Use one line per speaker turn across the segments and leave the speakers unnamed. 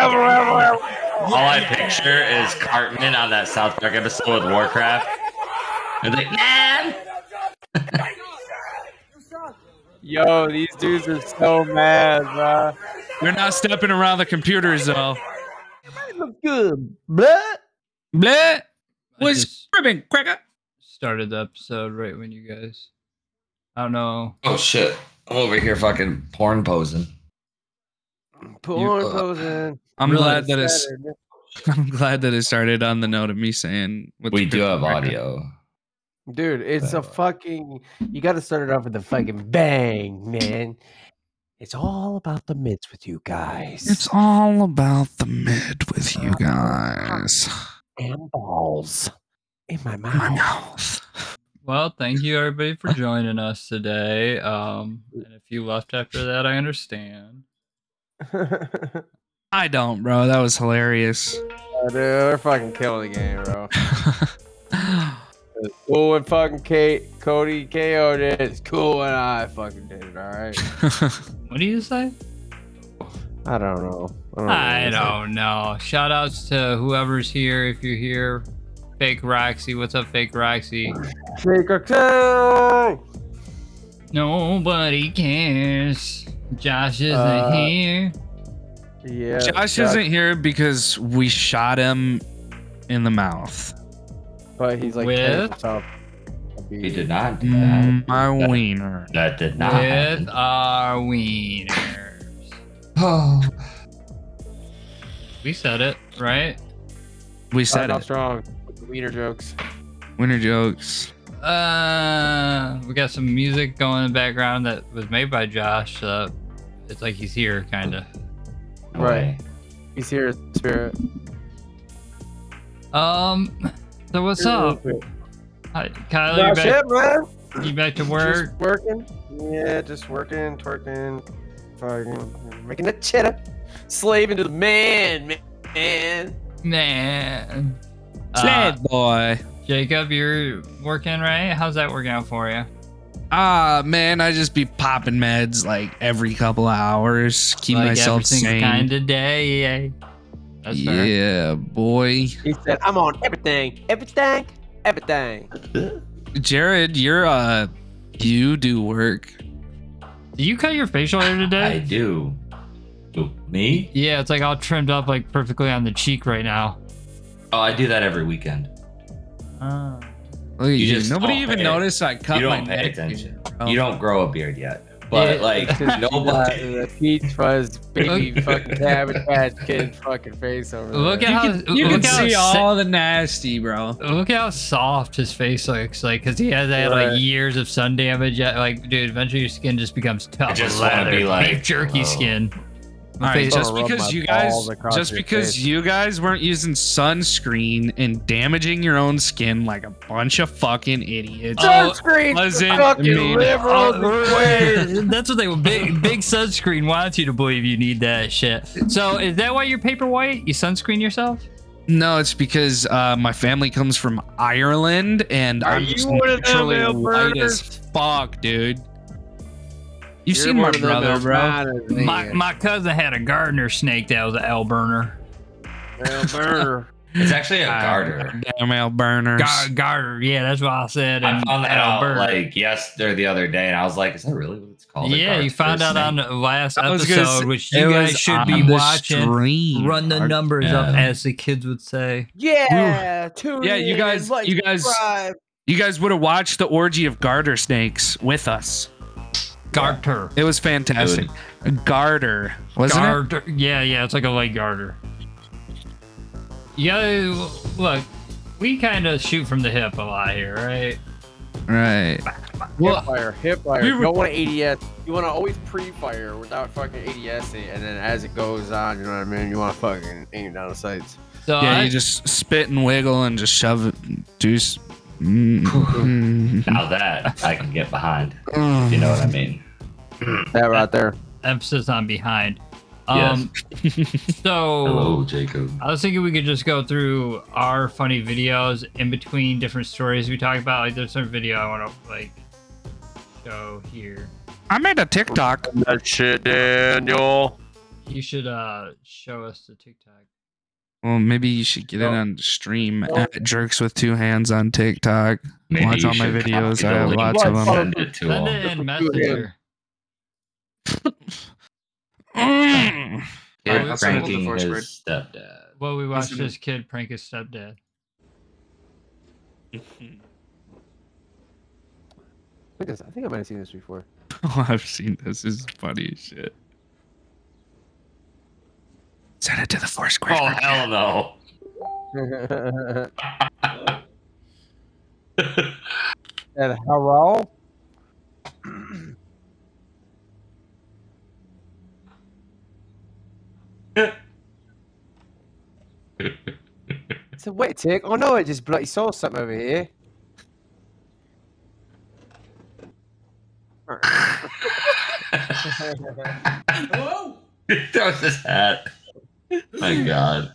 All I picture is Cartman on that South Park episode with Warcraft. And like, man,
Yo, these dudes are so mad, bro.
You're not stepping around the computers though.
Good, but
Bleh.
I
Was
just
cribbing, cracker.
started the episode right when you guys. I don't know.
oh shit, I'm over here fucking porn posing.
porn
You- uh,
posing.
I'm
Really?
glad that it's. I'm glad that it started on the note of me saying. with
We
the
do have
cribbing, cracker.
audio.
Dude, it's
Uh,
a fucking. You got to start it off with a fucking bang, man. It's all about the mitts with you guys.
It's all about the mid with you guys.
and balls in my
My
mouth.
mouth.
Well, thank you everybody for joining us today. Um, and if you left after that, I understand.
I don't, bro. That was hilarious.
Dude, we're fucking killing the game, bro. It's cool when fucking Kate, Cody KO did. it. It's cool when I fucking did it. All right.
What do you say?
I don't know.
I don't know. Shout outs to whoever's here. If you're here, Fake Roxy. What's up, Fake Roxy?
know.
Nobody cares. Josh isn't
Uh,
here.
Yeah.
Josh isn't here because we shot him in the mouth.
But he's like
With?
carrying himself.
We did not do that.
My wiener.
That did not.
With
happen.
our wieners.
Oh.
We said it, right?
We
Start
said
off
it.
strong. with the Wiener jokes.
Wiener jokes.
Uh, we got some music going in the background that was made by Josh. Uh, it's like he's here, kind of.
Right. He's here, spirit.
Um, so what's up? Hi, Kyle, you
That's
back,
it, man.
you back to work?
Just working. Yeah, just working, twerking, fucking, making a cheddar, slaving to the man, man.
Man. Uh,
Sled boy.
Jacob, you're working, right? How's that working out for you?
Ah man, I just be popping meds like every couple hours, keep
like
myself
every single
sane.
kind of day. Yeah. That's fair.
yeah, boy.
He said, "I'm on everything, everything, everything."
Jared, you're uh you do work.
Did you cut your facial hair
I
today?
do. Who, Me?
yeah, it's like all trimmed up like perfectly on the cheek right now.
Oh, I do that every weekend.
Uh,
Look at
You
you.
just
Nobody
don't
even
pay-
noticed I cut
you
my
don't pay
neck.
attention.
Oh.
You don't grow a beard yet, but
Yeah.
like nobody.
the peach fuzz baby fucking cabbage patch kid fucking face over
Look
there.
at how
You
look
can
how
see
si-
all the nasty, bro.
Look how soft his face looks like, because he has had
Right.
like years of sun damage. Yeah, Like, dude, eventually your skin just becomes tough.
I just
leather,
wanna be like,
beef jerky
hello.
skin.
All right,
face-
just
Gonna rub my
because you guys,
balls across
just
your
because
face.
you guys weren't using sunscreen and damaging your own skin like a bunch of fucking idiots.
Oh,
Wasn't me.
uh, that's what they big big sunscreen wants you to believe you need that shit. So is that why you're paper white? You sunscreen yourself?
No, it's because uh, my family comes from Ireland, and
Are
I'm
you
just
one of them
naturally white as
Albertans?
fuck, dude. You've seen my brother, bro.
My my cousin had a gardener snake that was an L burner.
burner.
It's actually a
Ah,
garter.
Damn Alberters.
Gar- gardener, yeah, that's what I said.
I
and-
found that
and
out
Alberta.
like yesterday, or the other day, and I was like, "Is that really what it's called?" a
yeah,
garter
you found out
snake?
on the last
I was gonna
episode,
say-
which
It
you
was
guys should be
on the
watching.
stream.
Run the numbers up,
Yeah.
as the kids would say.
Yeah, tune
Yeah, you
in,
guys-
like,
you guys-
subscribe.
You guys would have watched the orgy of garter snakes with us.
Garter.
It was fantastic. Garter, wasn't it?
Garter. Yeah, yeah, it's like a light garter. Yeah, look, we kind of shoot from the hip a lot here, right?
Right.
hip fire, hip fire.
we
you
were-
don't want to ADS. You want to always pre-fire without fucking ADS it, and then as it goes on, you know what I mean. You want to fucking aim down the sights.
So
yeah,
I,
you just spit and wiggle and just shove it. Juice. Mm, mm,
Now that I can get behind,
mm.
you know what I mean.
That right there.
emphasis on behind.
Yes.
Um, so
Hello, Jacob.
I was thinking we could just go through our funny videos in between different stories we talk about. Like, there's some video I want to like show here.
I made a TikTok.
That shit, Daniel.
You should uh show us the TikTok.
Well, maybe you should get it on stream at Jerks with Two Hands on TikTok.
Maybe
Watch
you
all my
should
videos.
copy
I
the
have
link
lots
and
of 'em.
Send it to
Send
him.
it in Messenger.
Mm.
Kid
I'll
send it to
pranking
first
his
grade.
stepdad.
Well, we watched this kid prank his stepdad.
I think I might have seen this before.
Oh, I've seen this. This is funny as shit. Send it to the Foursquare.
Oh
group.
hell no!
and
That's
hello? It's a wet tick. Oh no, I just bloody saw something over here.
He throws his hat. My God.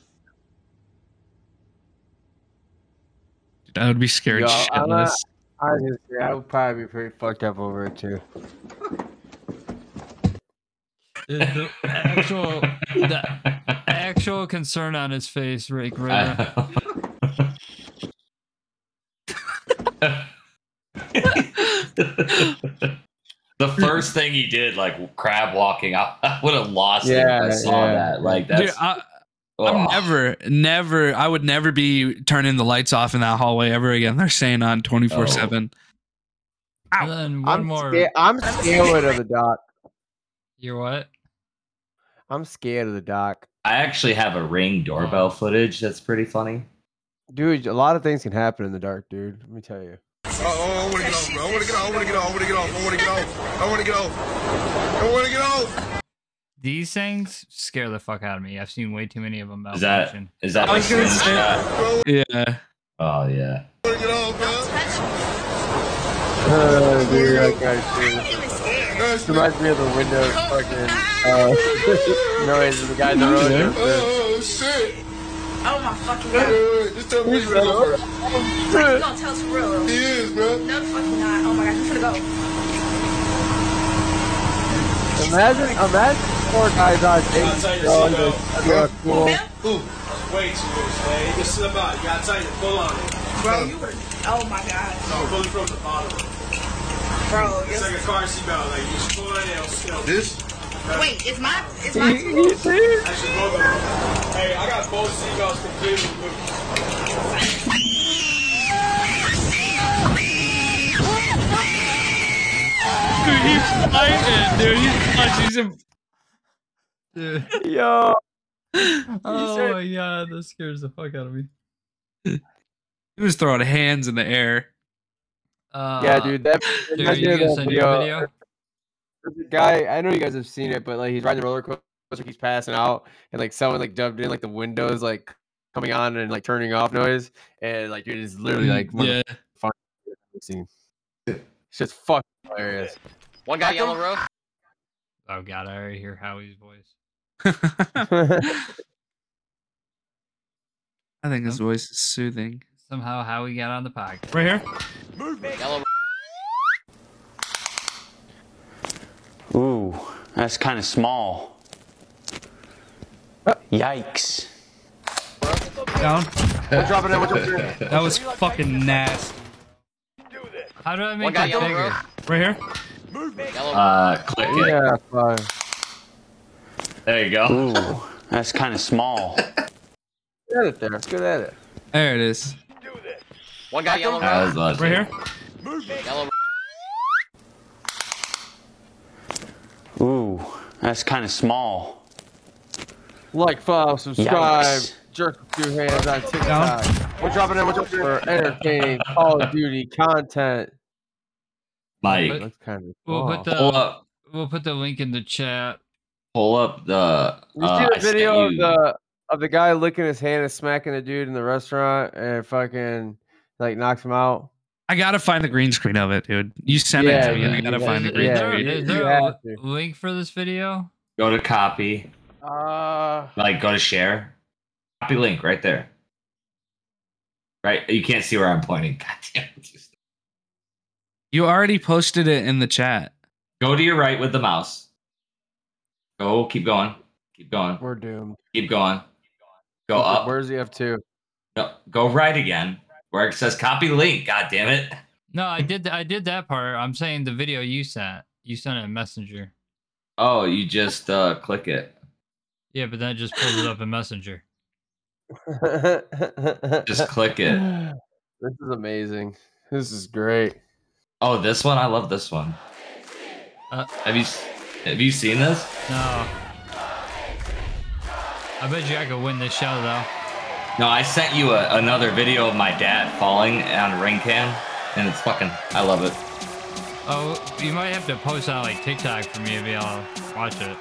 I would be scared
Yo, I'm not-
shitless.
Honestly, I would probably be pretty fucked up over it too.
The, the actual the actual concern on his face, Rick. Right now.
the first thing he did, like crab walking, I, I would have lost it if I
Yeah,
saw
yeah.
that. Like that's
Dude, I,
oh.
I'm never, never, I would never be turning the lights off in that hallway ever again. They're staying on 24 7.
And then one
I'm
more.
sca- I'm scared of the dock.
You're what?
I'm scared of the dock.
I actually have a ring doorbell footage that's pretty funny.
Dude, a lot of things can happen in the dark, dude. Let me tell you.
Oh, oh, I want to get off, bro. I want to get off. I want to get off. I want to get off. I want to get off. I want to get off. I want to get off.
These things scare the fuck out of me. I've seen way too many of them.
Is that-
malfunction.
Is that
Oh, I
the
was gonna say-
screenshot?
Yeah.
Oh yeah.
I want to get off, bro.
Oh, dude, that guy's dude.
Nice, man.
Reminds me of the Windows fucking uh, noise of the guy in the road.
Oh, shit.
Oh my fucking
Wait,
god.
wait, wait. Just tell me you're over.
You gonna tell us for real?
He is, bro.
No the fuck you're not. Oh my god, you finna go.
Imagine, imagine four guys on stage. Oh, that's not cool.
Way too loose, man. You can slip out. You gotta tighten it. Pull on it.
Bro, you were oh my god.
Pull it from the bottom.
Bro,
It's
it's-
like a car seatbelt. Like, you just pull it and it'll still.
This?
wait, it's my it's my
Actually, both of them. Hey, I got both seatbelts completely loose.
Dude, he's fighting. Dude, he's
Dude.
Yo,
Oh
said-
my god, that scares the fuck out of me.
He was throwing hands in the air.
Uh,
yeah, dude, that.
Dude,
I
are you
did
gonna
that
send your video?
There's a guy, I know you guys have seen it, but like he's riding the roller coaster, he's passing out, and like someone like dubbed in like the windows like coming on and like turning off noise, and like you're just literally like one of
yeah.
the scene. It's just fucking hilarious. One guy yellow rope.
Oh god, I already hear Howie's voice.
I think his voice is soothing.
Somehow Howie got on the podcast.
Right here?
Ooh, that's kind of small. Yikes.
Down.
dropping it. We're dropping it.
That was fucking nasty.
How do I make it bigger?
Right here?
Uh, click it.
Yeah, fuck.
There you go.
Ooh, that's kind of small.
Get it there. Good at it.
There it is.
One guy yellow
That was legend.
Right here?
Ooh, that's kind of small.
Like, follow, subscribe,
Yikes.
jerk with your hands on TikTok. We're dropping it. We're dropping it for entertaining Call of Duty content.
Mike,
That's kind of
We'll put the
pull up,
we'll put the link in the chat.
pull up the. Uh,
You
I
see the
sent
video of
you-
the of the guy licking his hand and smacking the dude in the restaurant and fucking like knocks him out.
I gotta find the green screen of it, dude. You sent it
Yeah,
to me.
yeah,
I gotta
yeah,
find the
is,
green
yeah,
there,
screen.
yeah.
is
you
there a
have to.
link for this video?
Go to copy.
Uh,
Like go to share. Copy link right there. Right? You can't see where I'm pointing. God damn it.
You already posted it in the chat.
Go to your right with the mouse. Go, keep going. Keep going.
we're doomed.
Keep going. Go up.
Where's the F two?
No, go right again. Where it says copy link. God damn it.
No, I did. I did that part. I'm saying the video you sent. You sent it in Messenger.
Oh, you just uh click it.
Yeah, but then it just pulls it up in Messenger.
Just click it.
This is amazing. This is great.
Oh, this one? I love this one.
Uh,
Have you s- have you seen this?
No. I bet you I could win this show though.
No, I sent you a, another video of my dad falling on ring cam, and it's fucking. I love it.
Oh, you might have to post on like TikTok for me to be able to watch it.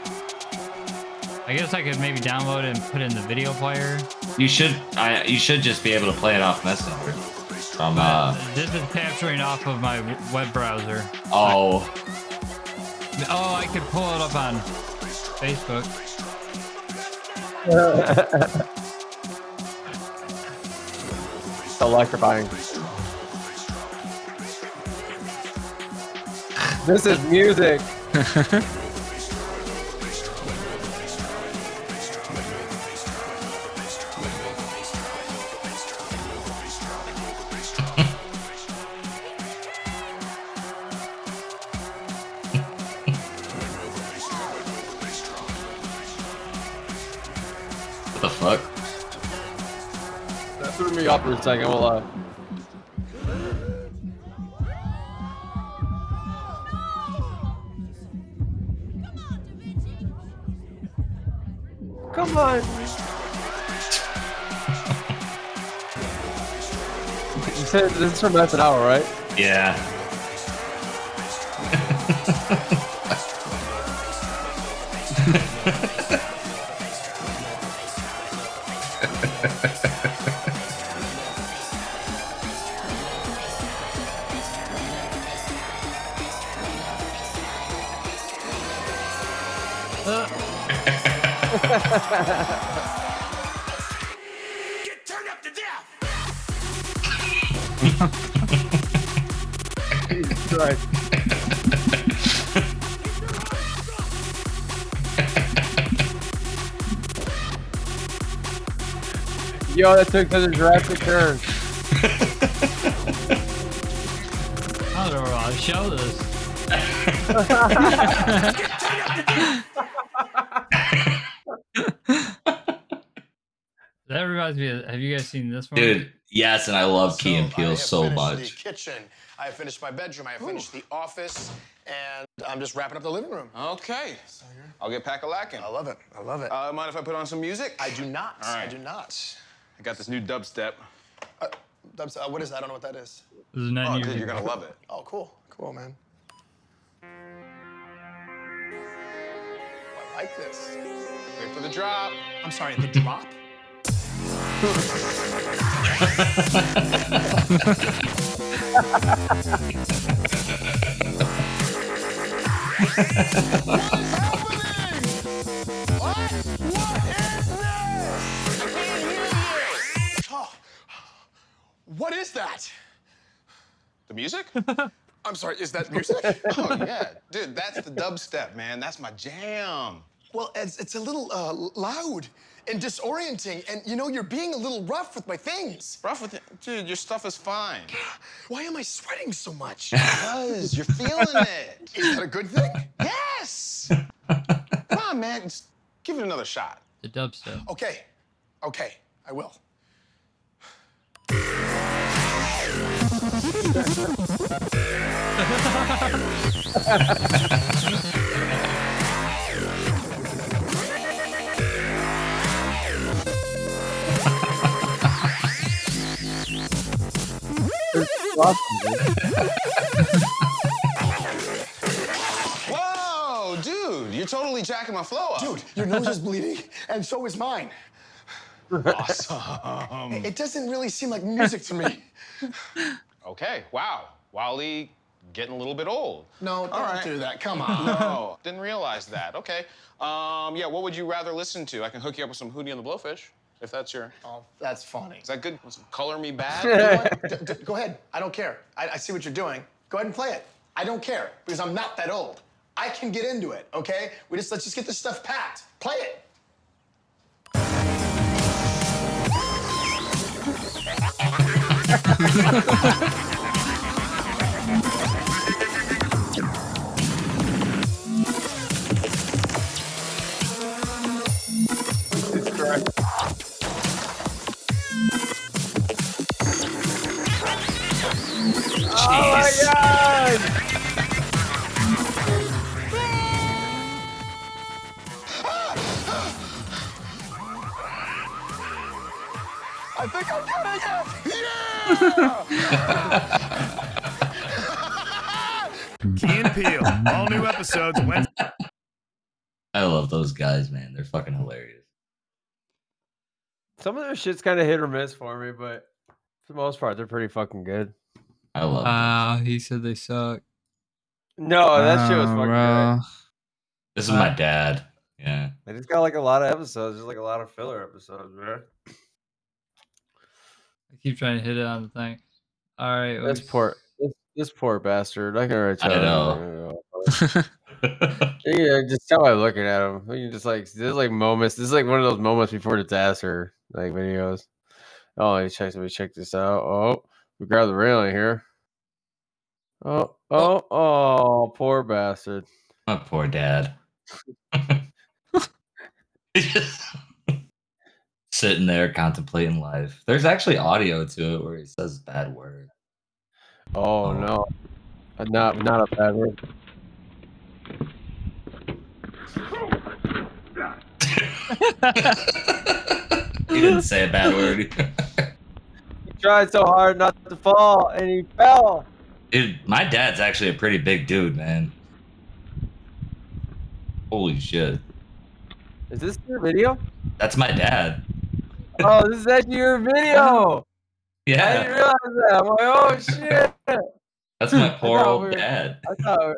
I guess I could maybe download it and put it in the video player.
You should. I. You should just be able to play it off Messenger. From uh.
This is capturing off of my w- web browser.
Oh.
Oh, I could pull it up on Facebook.
Electrifying. This is music.
What the fuck?
That threw me off for a second. I won't lie. Come on. you said this is from That's an Hour, right?
Yeah.
Right. Yo, that took such a drastic turn.
I don't know where I'll show this. that reminds me of, have you guys seen this one?
Dude. Yes, and I love Key and Peele so much.
kitchen. I have finished my bedroom. I have finished the office, and I'm just wrapping up the living room.
Okay. I'll get pack a lacking.
I love it. I love it.
Uh, mind if I put on some music?
I do not.
All right.
I do not.
I got this new dubstep.
Uh, that's- uh, what is that? I don't know what that is.
This is not
Oh,
you.
dude, you're gonna love it.
Oh, cool. Cool, man. I like this.
Wait for the drop.
I'm sorry, the drop? Oh, what is that?
The music?
I'm sorry, is that music?
oh yeah, dude, that's the dubstep, man. That's my jam.
well, it's, it's a little uh, loud and disorienting, and you know, you're being a little rough with my things.
Rough with it, dude. Your stuff is fine.
Why am I sweating so much?
Buzz, you're feeling it.
is that a good thing?
Yes. Come on, man. Just give it another shot.
the dubstep.
Okay, okay, I will.
Whoa, dude, you're totally jacking my flow up.
Dude, your nose is bleeding, and so is mine.
awesome.
It doesn't really seem like music to me.
Okay, wow. Wally
getting a little bit old.
No, don't
right.
do that. Come on.
No, didn't realize that. Okay. Um, yeah, what would you rather listen to? I can hook you up with some Hootie and the Blowfish, if that's your.
Oh, that's funny.
Is that good? Want some Color Me Bad?
You know what? D- d- go ahead. I don't care. I, I see what you're doing. Go ahead and play it. I don't care because I'm not that old. I can get into it. Okay. We just let's just get this stuff packed. Play it. I think I'm getting it.
Key and Peele, all new episodes Wednesday.
I love those guys, man. They're fucking hilarious.
Some of their shit's kind of hit or miss for me, but for the most part, they're pretty fucking good.
I love.
Uh, he said they suck.
No, that shit was
Oh,
fucking
bro.
Uh,
good.
This is my dad. Yeah.
They just got like a lot of episodes, just like a lot of filler episodes, bro.
I keep trying to hit it on the thing. All right.
This
we-
poor, this, this poor bastard. I can already
I
tell.
know.
You can just tell by looking at him. You can just like there's like moments. This is like one of those moments before disaster, like videos. Oh, let me check. Let me check this out. Oh, we grab the railing here. Oh, oh, oh, poor bastard.
My poor dad. Just Sitting there contemplating life. There's actually audio to it where he says bad word.
Oh no, Uh, not not a bad word.
He didn't say a bad word.
He tried so hard not to fall, and he fell.
Dude, my dad's actually a pretty big dude, man. Holy shit.
Is this your video?
That's my dad.
Oh, this is actually your video. I didn't
Yeah.
realize that. I'm like, oh shit.
That's my
I
poor
thought we
old
were-
dad.
I thought.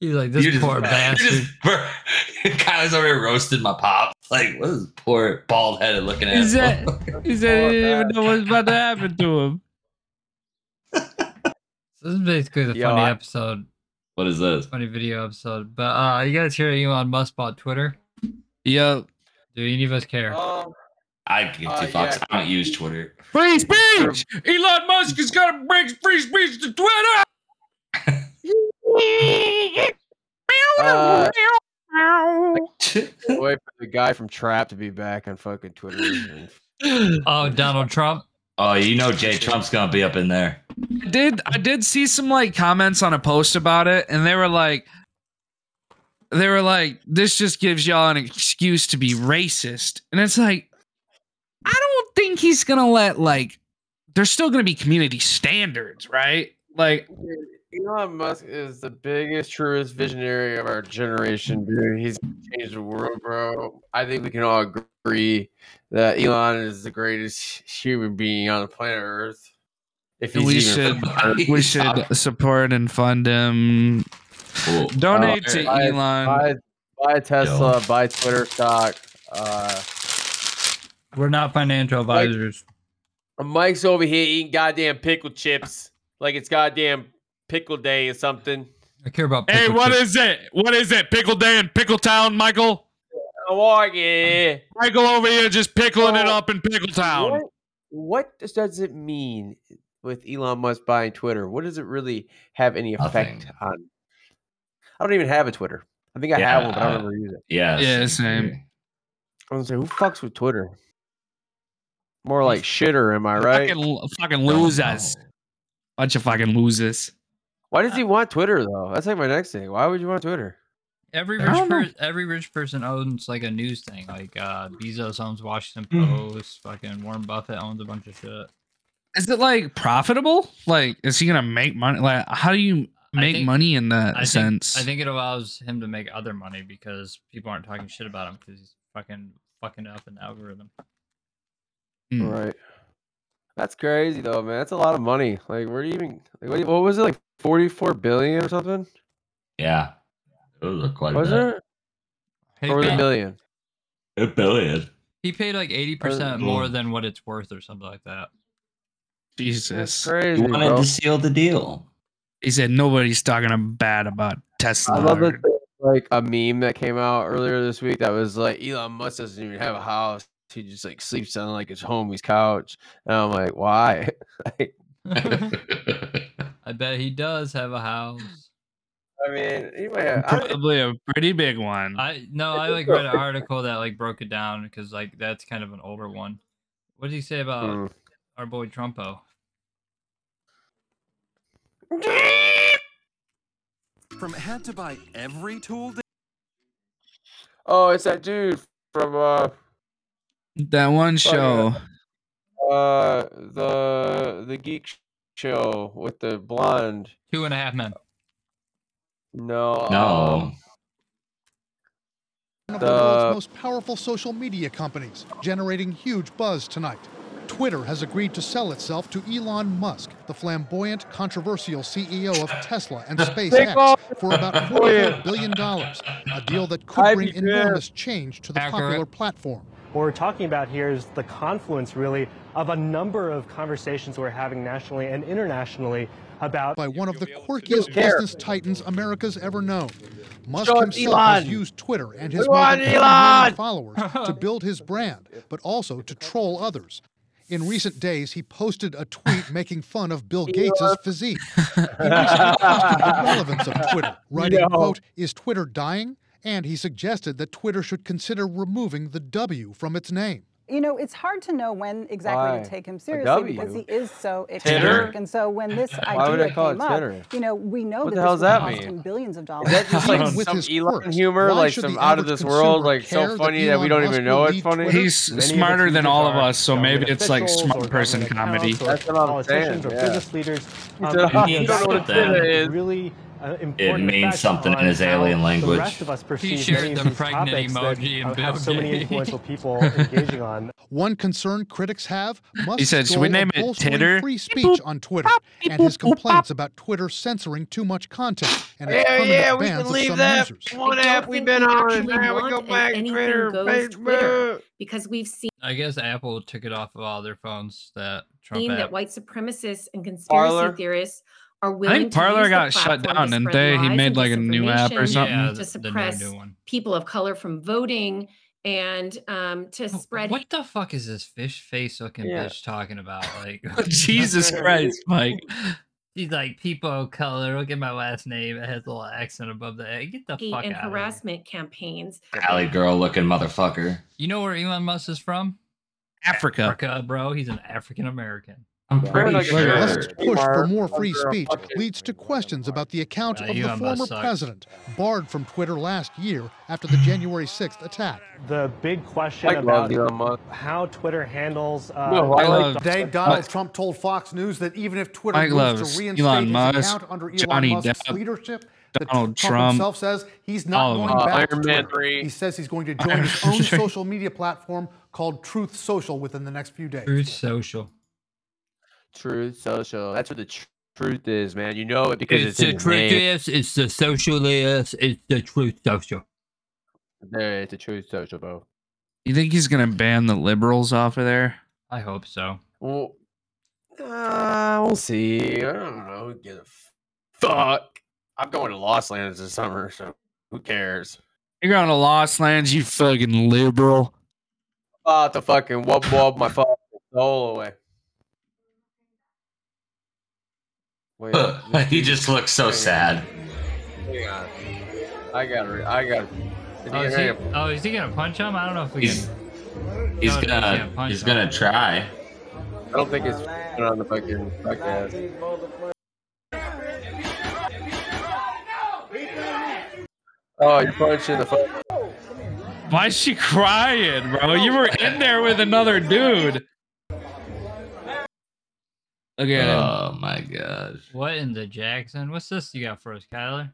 He's like this
You just-
poor
you
bastard.
just- Kyle's already roasted my pops. Like, what is this poor bald headed looking at?
Is that- He said he didn't even know what's about to happen to him.
So this is basically the
Yo,
funny
I-
episode,
What is this?
funny video episode. But uh, you guys hear Elon Musk bought Twitter?
Yep.
Do any of us care?
Oh,
I give Uh, two
Uh,
fucks.
yeah.
I don't use Twitter.
Free speech! Elon Musk is gonna bring free speech to Twitter!
uh, Can't wait for the guy from Trap to be back on fucking Twitter. and-
Oh, Donald Trump.
Oh, you know Jay Trump's gonna be up in there.
I did I did see some like comments on a post about it, and they were like, they were like, this just gives y'all an excuse to be racist, and it's like, I don't think he's gonna let like, there's still gonna be community standards, right? Like,
Elon Musk is the biggest, truest visionary of our generation, dude. He's changed the world, bro. I think we can all agree that Elon is the greatest human being on the planet Earth. If he's
we
even
should
from-
we should support and fund him.
Cool.
Donate to
I-
Elon.
buy, buy Tesla, buy Twitter stock. Uh,
We're not financial
Like-
advisors.
Mike's over here eating goddamn pickle chips like it's goddamn pickle day or something.
I care about.
Hey,
pickle
what
chips.
is it? What is it? Pickle Day and Pickle Town, Michael.
How are you?
Michael over here just pickling it
Oh.
up in Pickle Town.
What, what does- does it mean with Elon Musk buying Twitter? What does it really have any effect
Nothing.
on? I don't even have a Twitter. I think I have
Yeah,
one, but I
uh,
don't ever use it.
Yeah.
Yeah, same.
I'm gonna say, who fucks with Twitter? More like shitter, am I right?
Fucking, fucking
Don't
losers.
know.
Bunch of fucking losers.
Why does he want Twitter though? That's like my next thing. Why would you want Twitter?
Every
I
rich
don't know.
per- every rich person owns like a news thing. Like uh, Bezos owns Washington
Mm.
Post. Fucking Warren Buffett owns a bunch of shit.
Is it like profitable? Like, is he gonna make money? Like, how do you
I
make
think-
money in that
I
sense?
Think, I think it allows him to make other money because people aren't talking shit about him because he's fucking fucking up an algorithm.
Hmm.
Right. That's crazy though, man. That's a lot of money. Like, where do you even? Like, what, what was it like? 44 billion or something?
Yeah. It was quite
Was
a bit.
it? Or was it a million?
A billion.
He paid like 80% more than what it's worth or something like that.
Jesus.
Crazy, He wanted bro. to
seal the deal.
He said nobody's talking bad about Tesla.
I love
or-
that there's, like a meme that came out earlier this week that was like Elon Musk doesn't even have a house. He just like sleeps on like his homie's couch. And I'm like, why? like,
I bet he does have a house.
I mean, he might have, I,
Probably a pretty big one.
I no, I like read an article that like broke it down because like that's kind of an older one. What did he say about
Hmm.
our boy Trumpo?
From had to buy every tool.
oh, it's that dude from uh
that one show.
uh the the geek sh- show with the blonde.
Two and a half men.
No, um,
No.
One of the
The-
world's most powerful social media companies, generating huge buzz tonight. Twitter has agreed to sell itself to Elon Musk, the flamboyant, controversial CEO of Tesla and SpaceX,
off.
for about $44 billion, a deal that could bring enormous change to the popular platform.
What we're talking about here is the confluence, really, of a number of conversations we're having nationally and internationally about.
By one of the quirkiest business titans America's ever known. Musk
Short
himself has
Elon.
used Twitter and his
We
more
want
than 20
Elon.
million followers to build his brand, but also to troll others. In recent days, he posted a tweet making fun of Bill Gates' physique. He recently questioned the relevance of Twitter, writing,
No.
quote, is Twitter dying? And he suggested that Twitter should consider removing the W from its name.
You know, it's hard to know when exactly
Why?
to take
A
him seriously
W?
because he is so
Titter?
eccentric. And so when this
Why would
idea
I call it
came up,
titter?
you know, we know
What
that this
the hell
would
does that
cost
mean?
him billions of dollars.
Is that just like some Elon humor,
Why
like
should
some
the
out of
average
this world,
consumer
like so
care that
funny that
Elon
we don't
Musk
even know
will
it's
lead
funny?
He's smarter than all of us, so maybe it's like smart person comedy.
That's what I'm saying.
politicians or
yeah.
business
leaders.
He
Um,
said, "Oh, you don't know what Twitter is."
Really uh, important
It means
effect
something
on
in his
how
alien language.
The rest of us
He
perceive
shared
many of
the
these
pregnant
topics
emoji
that
and
uh, have
Bill
so many
Gates.
influential people engaging on.
One concern critics have Musk's
said, "Should we
goal of
name it
bolstering
Titter?"
free speech on Twitter and his complaints about Twitter censoring too much content and
Yeah,
its permanent
yeah, we
bans
can
of
leave
some
that
users.
one app we've been on, and now we go back Twitter, Facebook.
because we've seen
I guess Apple took it off of all their phones that Trump
seen
app.
that white supremacists and conspiracy
Parler?
theorists are
I
willing
think
to
Parler
use
got
the
shut
platform
down,
to
didn't
spread
they? He
lies
made,
and
like, a new app or
disinformation,
something? Yeah, the- the
to
new
suppress
one.
people of color from voting and um, to spread
What the fuck is this fish face looking
Yeah.
bitch talking about? Like
Jesus Christ, Mike.
He's like people of color. Look at my last name. It has a little accent above the A. Get the
hate
fuck
and
out. of here.
harassment campaigns.
Alley girl looking motherfucker.
You know where Elon Musk is from?
Africa.
Africa, bro. He's an African American.
I'm
Pretty sure.
Musk's
push for more free speech leads to questions about the account
Uh,
of
you
the
and
former
Musk suck.
president, barred from Twitter last year after the January 6th attack.
The big question
I
about
love Elon
how Twitter handles. Uh,
No, I like Elon
Today,
Musk.
Donald Trump told Fox News that even if Twitter
Mike
moves
loves
to reinstate
Elon
his
Musk,
account under Elon
Johnny
Musk's
Depp,
leadership,
Donald
Trump, himself says he's
all
not
of
going
them. Uh,
back
Iron
to
Man
Twitter. He says he's going to join his own social media platform called Truth Social within the next few days.
Truth Social.
Truth social. That's what the tr- truth is, man. You know it because it's, in his name.
is. It's the social is. It's the truth social.
There, it's a truth social, bro.
You think he's gonna ban the liberals off of there?
I hope so.
Well, uh, we'll see. I don't know. Who gives a f- fuck? I'm going to Lost Lands this summer, so who cares?
You're going to Lost Lands, you fucking liberal.
About to fucking wub wub my fucking soul away. Wait,
he just looks so sad.
hang on. I got it. I got.
Oh is, he, oh, is he gonna punch him? I don't know if we
He's-
can.
He's
No, no, you can't
gonna
punch
he's
him.
gonna try.
I don't think it's on the fucking podcast. Oh, you're punching the fuck.
Why's she crying, bro? You were in there with another dude. Okay.
Oh my gosh.
What in the Jackson? What's this you got for us, Kyler?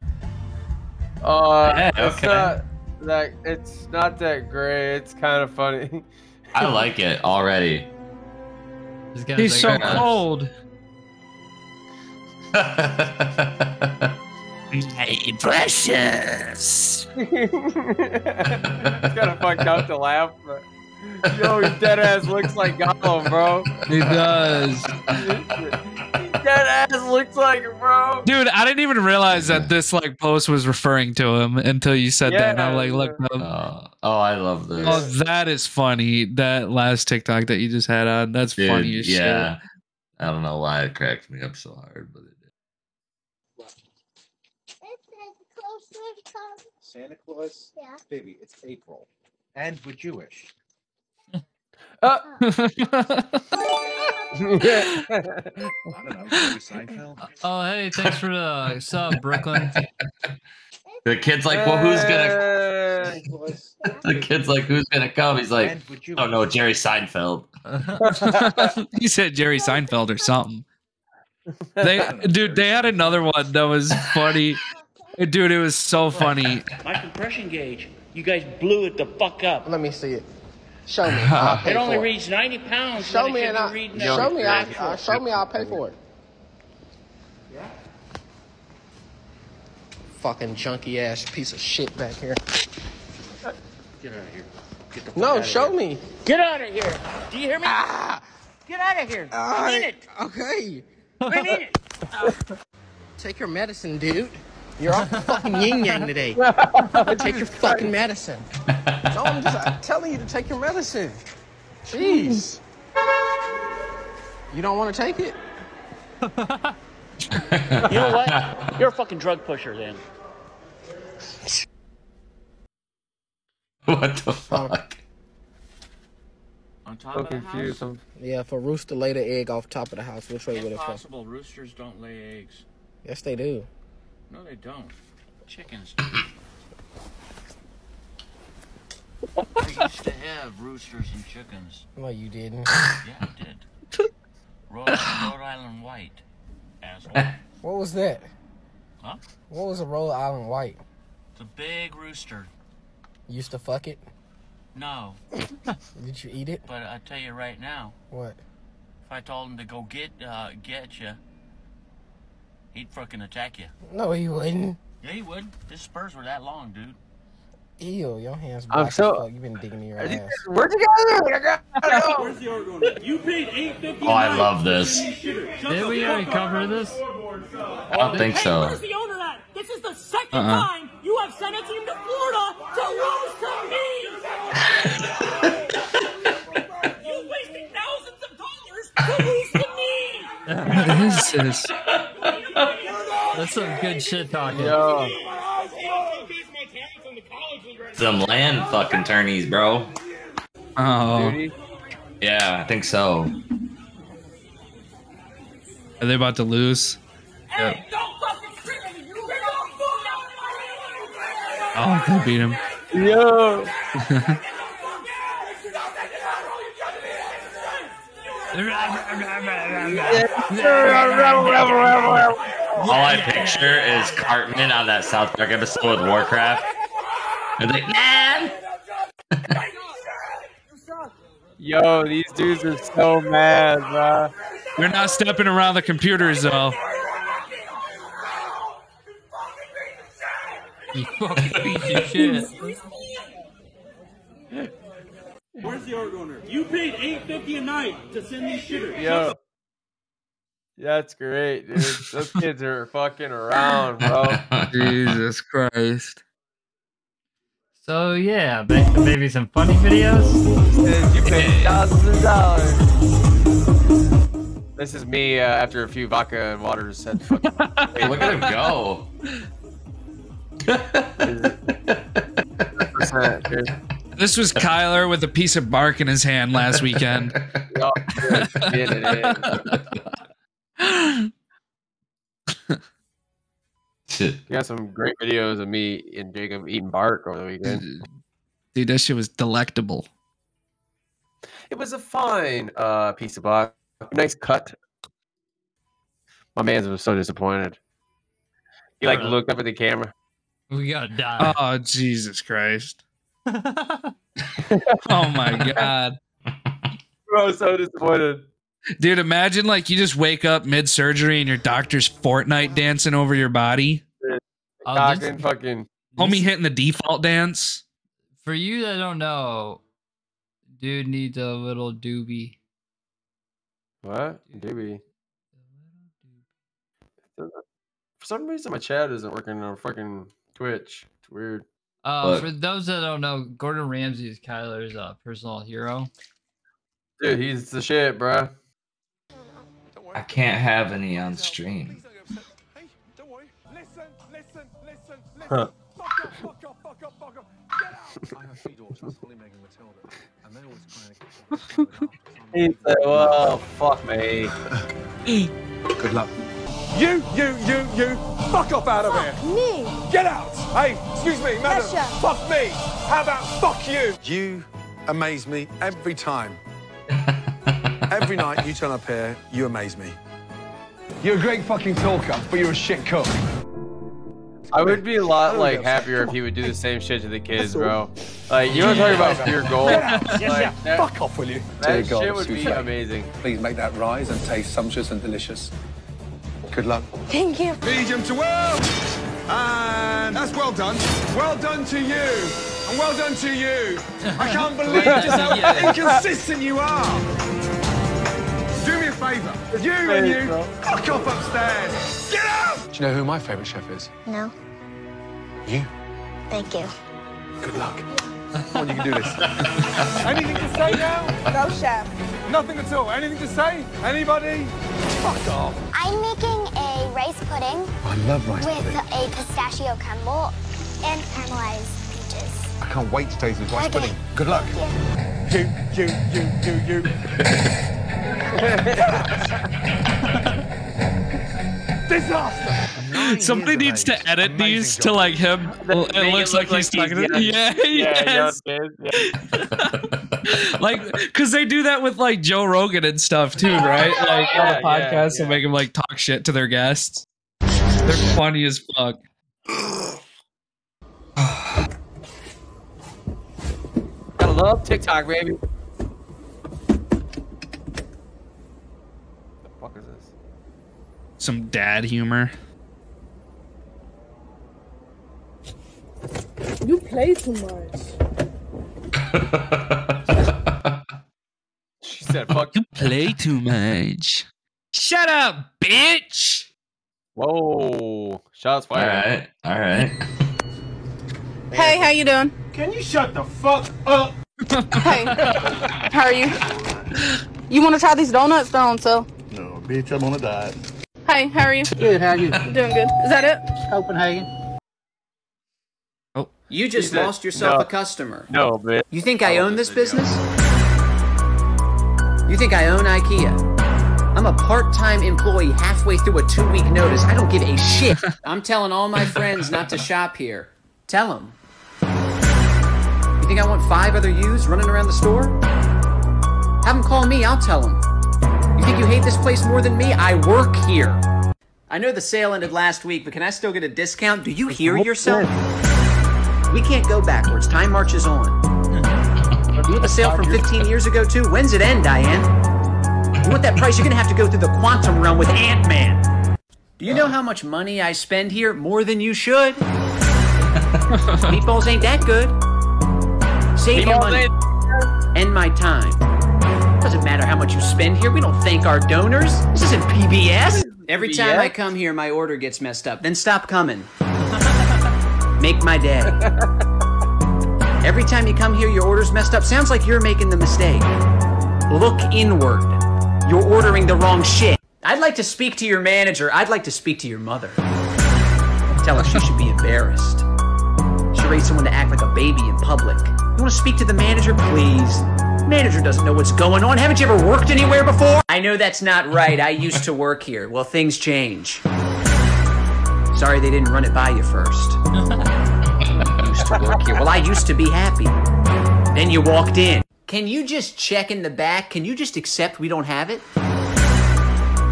Uh,
Yeah,
it's
okay.
not that. It's not that great. It's kind of funny.
I like it already.
This guy's
He's so
like,
cold. precious.
it's kind of fucked up to laugh, but yo, he dead ass looks like Gollum, bro.
He does.
Dead ass looks like it, bro.
Dude, I didn't even realize that this like post was referring to him until you said that. And I'm like, look,
oh, I love this.
oh, that is funny. That last TikTok that you just had on, that's
Dude,
funny as
yeah.
shit.
I don't know why it cracked me up so hard, but it
Santa Claus? Yeah. Baby, it's April. And we're Jewish.
Uh.
I don't know. Maybe Seinfeld?
Oh, hey, thanks for the uh, sub, Brooklyn.
The kid's like, well, who's gonna? The
gonna?
kid's like, who's gonna come? He's like,
And would you-
oh no, Jerry Seinfeld.
he said Jerry Seinfeld or something. They, dude, they had another one that was funny. Dude, it was so funny.
My compression gauge. You guys blew it the fuck up. Let me see it.
Show me.
I'll
pay
It only
for it.
reads 90 pounds.
Show
when it
me and
should be
I,
reading
show me, I,
actual-
uh, show me, I'll pay for it. Fucking junky ass piece of shit back here.
Get out of here. Get the fuck
No,
outta
show
here.
me. Ah!
Get out of here. Do you hear me? Get out of here.
All
I mean
right,
it.
Okay.
I mean it.
Take your medicine, dude. You're all fucking yin yang today. Take your fucking medicine. No, I'm just I'm telling you to take your medicine. Jeez. You don't want to take it?
You know what? You're a fucking drug pusher then.
What the fuck?
On top
So confused. I'm-
Yeah, if a rooster laid an egg off top of the house, which way would it fall?
Roosters don't lay eggs.
Yes, they do.
No, they don't. Chickens. I used to have roosters and chickens.
No, you didn't.
Yeah, I did. Rhode, Rhode Island white. Asshole.
What was that?
Huh?
What was a Rhode Island white?
It's a big rooster.
You used to fuck it?
No,
Did you eat it?
but I tell you right now,
What?
if I told him to go get uh, get you, he'd fucking attack you.
No, he wouldn't.
Yeah, he would. His spurs were that long, dude.
Ew, your hands
I'm
black
so-
as fuck. You've been digging in your ass.
Where'd you go?
Where's the order going? You paid eight fifty.
Oh, I love this.
Did we already cover this?
I don't think so.
the owner at? This is the 2nd
Uh-uh.
time you have sent a team to Florida to lose to me. you wasted thousands of dollars to lose to me.
What is this?
That's some good shit talking.
Yo.
Some land fucking turnies, bro.
Oh,
Yeah, I think so.
are they about to lose? Oh, they beat him.
Yo.
All I picture is Cartman on that South Park episode with Warcraft. And they, man,
Yo, these dudes are so mad, bro.
They're not stepping around the computers though.
You fucking piece of shit.
Where's the order going? You paid eight fifty a night to send these shitters.
Yo. That's great, dude. Those kids are fucking around, bro.
Jesus Christ.
So yeah, ba- maybe some funny videos.
You paid thousands of dollars. This is me uh, after a few vodka and waters said fucking.
look at him go.
This was Kyler with a piece of bark in his hand last weekend.
Yo, dude, get it in. We got some great videos of me and Jacob eating bark over the weekend.
Dude, that shit was delectable.
It was a fine uh, piece of bark. Nice cut. My man's was so disappointed. He like
Bruh.
looked up at the camera.
We gotta die.
Oh, Jesus Christ. oh my God.
Bro, so disappointed.
Dude, imagine like you just wake up mid surgery and your doctor's Fortnite dancing over your body.
Oh,
Cock and fucking.
Homie hitting the default dance.
For you that don't know, dude needs a little doobie.
What? Doobie. For some reason, my chat isn't working on fucking Twitch. It's weird.
Uh,
But-
for those that don't know, Gordon Ramsay is Kyler's uh, personal hero.
Dude, he's the shit, bro.
I can't have any on stream.
Huh. he said, well, fuck me.
Good luck. E. You, you, you, you, fuck off out of here.
Me.
Get out. Hey, excuse me, madam.
Pleasure.
Fuck me. How about fuck you? You amaze me every time. every night you turn up here, you amaze me. You're a great fucking talker, but you're a shit cook.
I would be a lot
don't
like
give a fuck.
happier if he would do the same shit to the kids,
all.
bro. Like you want to talk about your goal?
Get out.
Like, that-
Fuck off, will you?
that shit would be amazing.
Please make that rise and taste sumptuous and delicious. Good luck.
Thank you.
Feed him to Uh, well. And that's well done. Well done to you. And well done to you. I can't believe just how inconsistent you are. Do me a favour. You and you, fuck off upstairs. Get out! Do you know who my favourite chef is?
No,
You.
thank you.
Good luck. Come on, you can do this. Anything to say now?
No, chef.
Nothing at all. Anything to say? Anybody? Fuck off.
I'm making a rice pudding
I love rice
with
pudding.
a pistachio crumble and caramelized peaches.
I can't wait to taste this rice
Okay.
pudding. Good luck. You, you, you, you, you.
Somebody needs to edit these to like him. Well, it looks like, he's talking. To, yeah, yes. like, because they do that with like Joe Rogan and stuff too, right? Like on the
Yeah, yeah,
podcast, they make him like talk shit to their guests. They're funny as fuck.
I love TikTok, baby. The fuck is this?
Some dad humor.
You play too much.
She said, "Fuck."
You play too much. Shut up, bitch.
Whoa! Shots
All right,
fired.
all right.
Hey, how you doing?
Can you shut the fuck up?
hey, how are you? You want to try these donuts, don't so?
No, bitch, I'm on a diet.
Hey, how are you? Good, how are you? Doing good. Is that it? Copenhagen.
Oh.
You just
said-
lost yourself
no.
a customer.
No, bitch.
You think I own this business? You think I own IKEA? I'm a part time employee halfway through a two week notice. I don't give a shit. I'm telling all my friends not to shop here. Tell them. You think I want five other yous running around the store? Have them call me, I'll tell them. You think you hate this place more than me? I work here. I know the sale ended last week, but can I still get a discount? Do you hear yourself? We can't go backwards. Time marches on. You want the sale from 15 years ago, too? When's it end, Diane? You want that price? You're going to have to go through the quantum realm with Ant Man. Do you know how much money I spend here? More than you should. Meatballs ain't that good. Save your money. End my time. Doesn't matter how much you spend here. We don't thank our donors. This isn't PBS. Every time PBS? I come here, my order gets messed up. Then stop coming. Make my day. Every time you come here, your order's messed up. Sounds like you're making the mistake. Look inward. You're ordering the wrong shit. I'd like to speak to your manager. I'd like to speak to your mother. Tell her she should be embarrassed. She raised someone to act like a baby in public. You want to speak to the manager, please? Manager doesn't know what's going on. Haven't you ever worked anywhere before? I know that's not right. I used to work here. Well, things change. Sorry they didn't run it by you first. used to work here. Well, I used to be happy. Then you walked in. Can you just check in the back? Can you just accept we don't have it?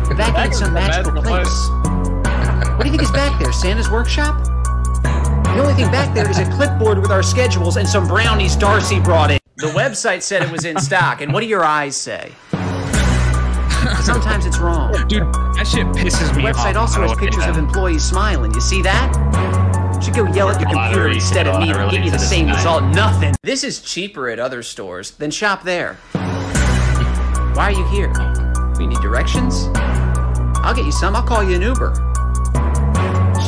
We're back in some magical place. What do you think is back there? Santa's workshop? The only thing back there is a clipboard with our schedules and some brownies Darcy brought in. The website said it was in stock, and what do your eyes say?
Sometimes it's wrong.
Dude, that shit pisses
The
me off.
website also has pictures of employees smiling. You see that? Should go yell at your
A lot of
computer
reason,
instead
a
of
lot
me.
of
It'll give you the
reason to
same
deny.
result. Nothing. This is cheaper at other stores. Then shop there. Why are you here? We need directions. I'll get you some. I'll call you an Uber.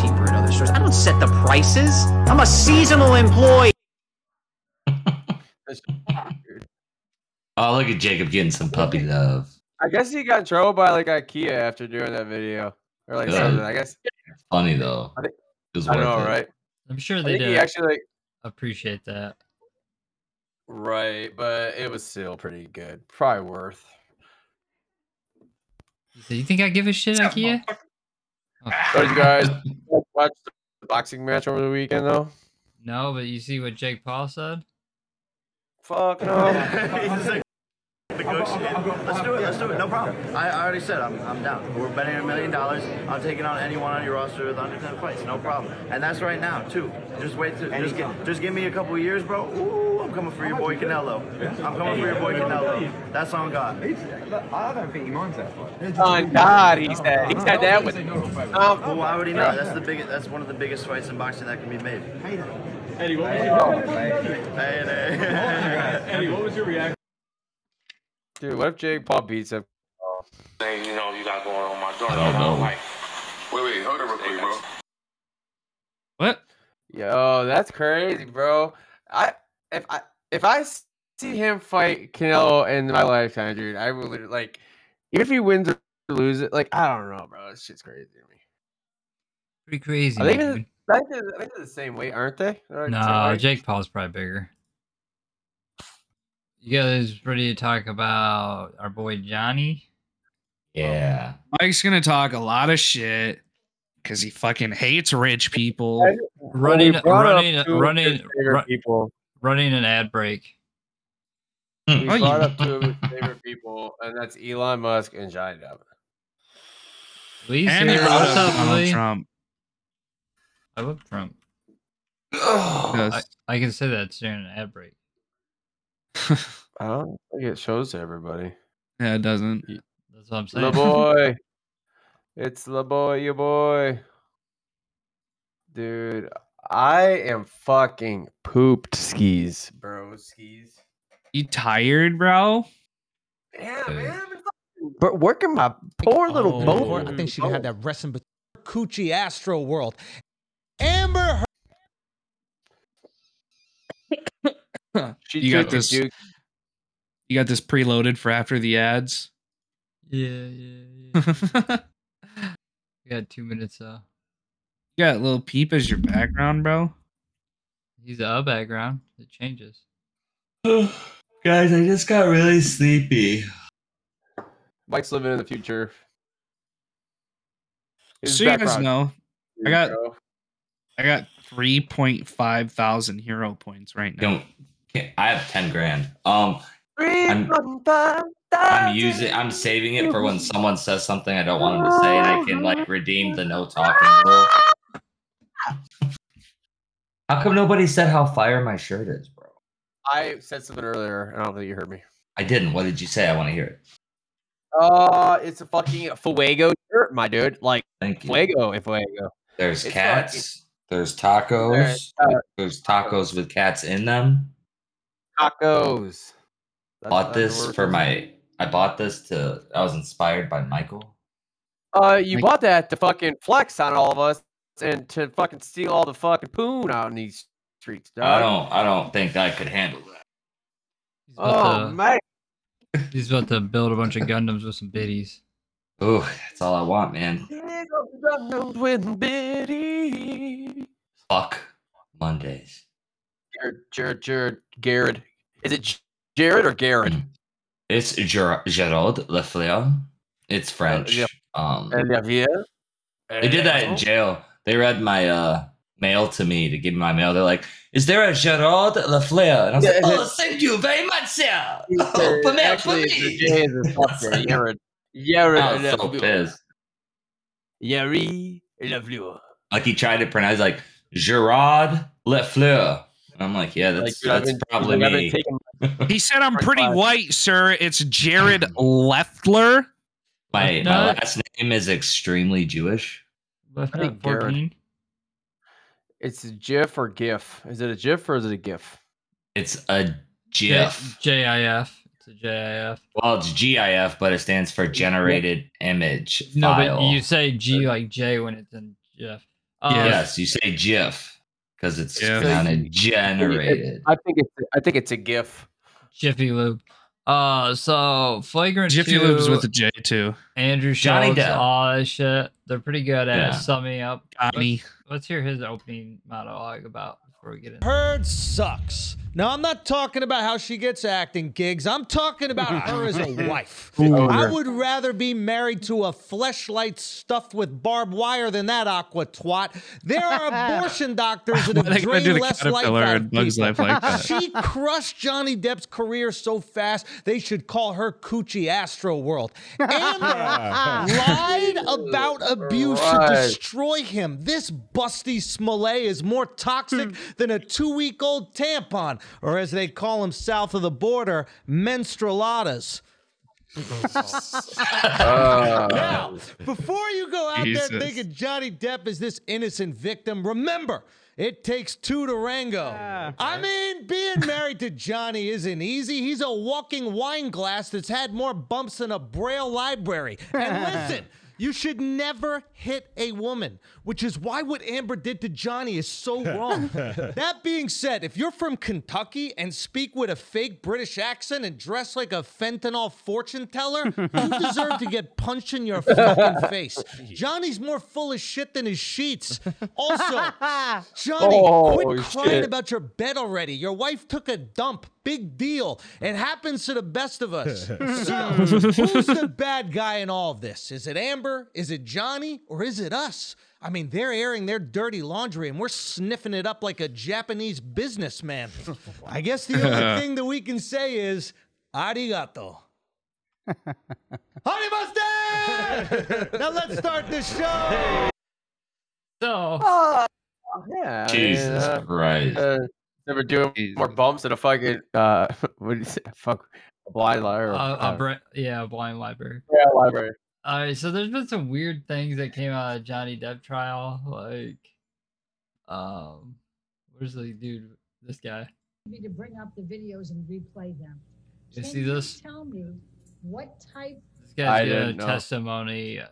Cheaper at other stores. I don't set the prices. I'm a seasonal employee.
Oh, look at Jacob getting some puppy love.
I guess he got in trouble by like IKEA after doing that video or like
Good.
something. I guess
Funny though.
I think-
It was
I
worth
know,
it.
right?
I'm sure
I
they
think he
did.
actually like
appreciate that.
right, but it was still pretty good. Probably worth.
Do you think I give a shit, IKEA?
So you guys watch the boxing match over the weekend though?
No, but you see what Jake Paul said.
Fuck
no. Let's do it. Let's do it. No problem. I, I already said I'm, I'm down. We're betting a million dollars. I'm taking on anyone on your roster with under ten fights. No problem. And that's right now too. Just wait. To, just, gi- just give me a couple of years, bro. Ooh, I'm coming for your boy Canelo. I'm coming for your boy Canelo. That's on God. I don't think he minds that fight.
On Oh, God, he said. He said that with.
Well, I already know. That's the biggest. That's one of the biggest fights in boxing that can be made. Hey, Eddie, what was your Eddie, what was your reaction?
Dude, what if Jake Paul beats him?
thing you know you got going on my daughter.
I don't know.
Like, wait, wait, hold it real quick, bro.
What? Yo, oh, that's crazy, bro. I if I if I see him fight Canelo in my lifetime, dude, I would literally, like even if he wins or loses, like I don't know, bro. It's just crazy to me.
Pretty crazy.
Are they
dude.
even? I think they're, I think they're the same weight, aren't they? They're like the same
No,
weight.
Jake Paul's probably bigger. You guys ready to talk about our boy Johnny?
Yeah.
Mike's gonna talk a lot of shit because he fucking hates rich people.
Running, running, running, ru-
people.
running an ad break.
We Hmm. Oh, brought up two of his favorite people, and that's Elon Musk and Johnny Depp.
Lee
And he
Sears,
brought
what's
up
up,
Donald
Lee?
Trump.
I love Trump. I,
Yes.
I can say that during an ad break.
I don't think it shows to everybody.
Yeah, it doesn't.
That's what I'm saying.
The boy. It's the boy, your boy. Dude, I am fucking pooped skis, bro. Skis.
You tired, bro?
Yeah, man. But working my poor little bone.
Oh. I think she had that rest in bet- coochie Astro World. Amber
She
you got
took the
this.
Duke.
You got this preloaded for after the ads.
Yeah, yeah, yeah. we got two minutes though.
You got little peep as your background, bro.
He's a background. It changes.
Guys, I just got really sleepy.
Mike's living in the future. His
so you guys
background.
know, I
Dude,
got
bro.
I got three point five thousand hero points right now.
Don't. can't- I have ten grand. Um, I'm, I'm using. I'm saving it for when someone says something I don't want them to say, and I can like redeem the no talking rule. How come nobody said how fire my shirt is, bro?
I said something earlier, and I don't think you heard me.
I didn't. What did you say? I want to hear it.
Uh, it's a fucking fuego shirt, my dude. Like
Thank you.
fuego, if fuego.
There's
It's not-
cats. There's tacos.
uh,
There's tacos with cats in them.
Tacos. That's-
bought
that's the
this
word.
for my. I bought this to. I was inspired by Michael.
Uh, you bought that to fucking flex on all of us and to fucking steal all the fucking poon out in these streets, dog.
I don't. I don't think I could handle that.
He's about
Oh
to-
man,
He's about to build a bunch of Gundams with some biddies.
Ooh, that's all I want, man.
with Biddy.
Fuck Mondays.
Jared, Jared, Jared, Garrett. Is it J- Jared or Garrett?
Mm. It's Ger- Gerard Lefleur. It's French.
Uh, yeah.
Um,
Olivier?
they did that in jail. They read my uh, mail to me to give me my mail. They're like, "Is there a Gerard Lefleur?" And I was like, "Oh, thank you very much, sir."
Oh,
for me,
Actually,
for me.
it's a J is a software. Jared. Jared.
I was so pissed.
Yari Lefleur.
Like he tried to pronounce like Gerard Lefleur, and I'm like, "Yeah, that's
dude, I've
that's
been-
probably
dude, I've been
me."
taking
He said, "I'm pretty
class.
white, sir." It's Jared Leffler.
My,
No.
my last name is extremely Jewish.
Left
I think
nut 14.
It's a GIF or GIF. Is it a GIF or is it a GIF?
It's a
J-
GIF.
JIF. It's a JIF.
Well, it's GIF, but it stands for Generated Image
No,
File.
but you say G like J when it's in GIF. Uh,
yes, you say GIF because it's kind of generated.
I think it's I think it's a GIF.
Jiffy Lube. Uh, so flagrant.
Jiffy
two,
Lube's with a J too.
Andrew
Johnny
Schultz,
Depp.
all that shit. They're pretty good at
Yeah.
summing up.
Johnny.
Let's, let's hear his opening monologue about before we get in.
Heard sucks. Now, I'm not talking about how she gets acting gigs. I'm talking about her as a wife. Ooh. I would rather be married to a fleshlight stuffed with barbed wire than that aqua twat. There are abortion doctors that
Why
have
they gotta do
drained
the
less life
caterpillar
out
and
of
Bug's
people.
Life like that?
She crushed Johnny Depp's career so fast, they should call her Coochie Astro World. Amber lied about abuse to
Right.
destroy him. This busty Smollett is more toxic than a two week old tampon, or as they call him south of the border, menstrualadas. now, before you go out there
Jesus.
thinking Johnny Depp is this innocent victim, remember it takes two to Rango. I mean, being married to Johnny isn't easy. He's a walking wine glass that's had more bumps than a braille library. And listen. You should never hit a woman, which is why what Amber did to Johnny is so wrong. that being said, if you're from Kentucky and speak with a fake British accent and dress like a fentanyl fortune teller, you deserve to get punched in your fucking face. Johnny's more full of shit than his sheets. Also, Johnny,
Oh,
quit crying
shit.
about your bed already. Your wife took a dump. Big deal. It happens to the best of us. so, who's the bad guy in all of this? Is it Amber? Is it Johnny? Or is it us? I mean, they're airing their dirty laundry and we're sniffing it up like a Japanese businessman. I guess the only thing that we can say is arigato. Honey Mustang! now let's start this show.
So,
Yeah. I mean,
Jesus
uh,
Christ.
Uh, they were doing more bumps than a fucking uh, what do you say? Fuck, a blind liar. or-
Uh, a
uh,
bra- yeah, a blind library.
yeah, library.
All right, Uh, so there's been some weird things that came out of Johnny Depp trial, like, um, where's the dude? This guy.
me to bring up the videos and replay them.
You
Can
see this?
Tell me what type.
This guy's
I
giving a
didn't know.
testimony. I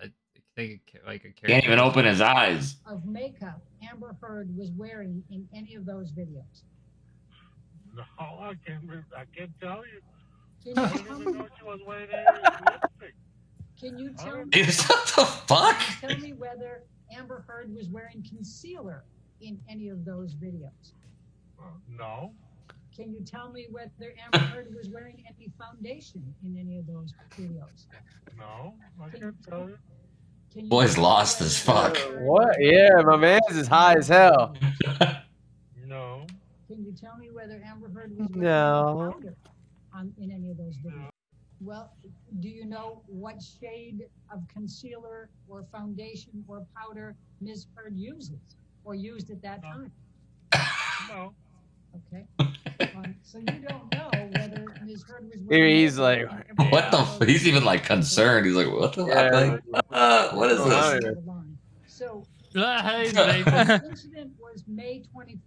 think it ca- like a character.
Can't even open his eyes.
Of makeup Amber Heard was wearing in any of those videos.
No, I can't. re- I can't tell you.
Can
I
you
don't
tell
even
me?
know she was wearing lipstick.
Can you tell me?
Dude, what
the fuck?
Tell me whether Amber Heard was wearing concealer in any of those videos.
No.
Can you tell me whether Amber Heard was wearing any foundation in any of those videos?
No, I can't tell you.
Can you
Boy's lost as fuck.
What? Yeah, my man's is high as hell.
No.
Can you tell me whether Amber Heard was wearing
No.
powder on, in any of those videos? Well, do you know what shade of concealer or foundation or powder Ms. Heard uses or used at that time?
No.
Okay. Um, so you don't know whether Ms. Heard was
Here
wearing.
he's like, what the? F-? He's even like concerned. He's like, what the? fuck? Like, uh, what is this?
So.
Hey,
the incident was May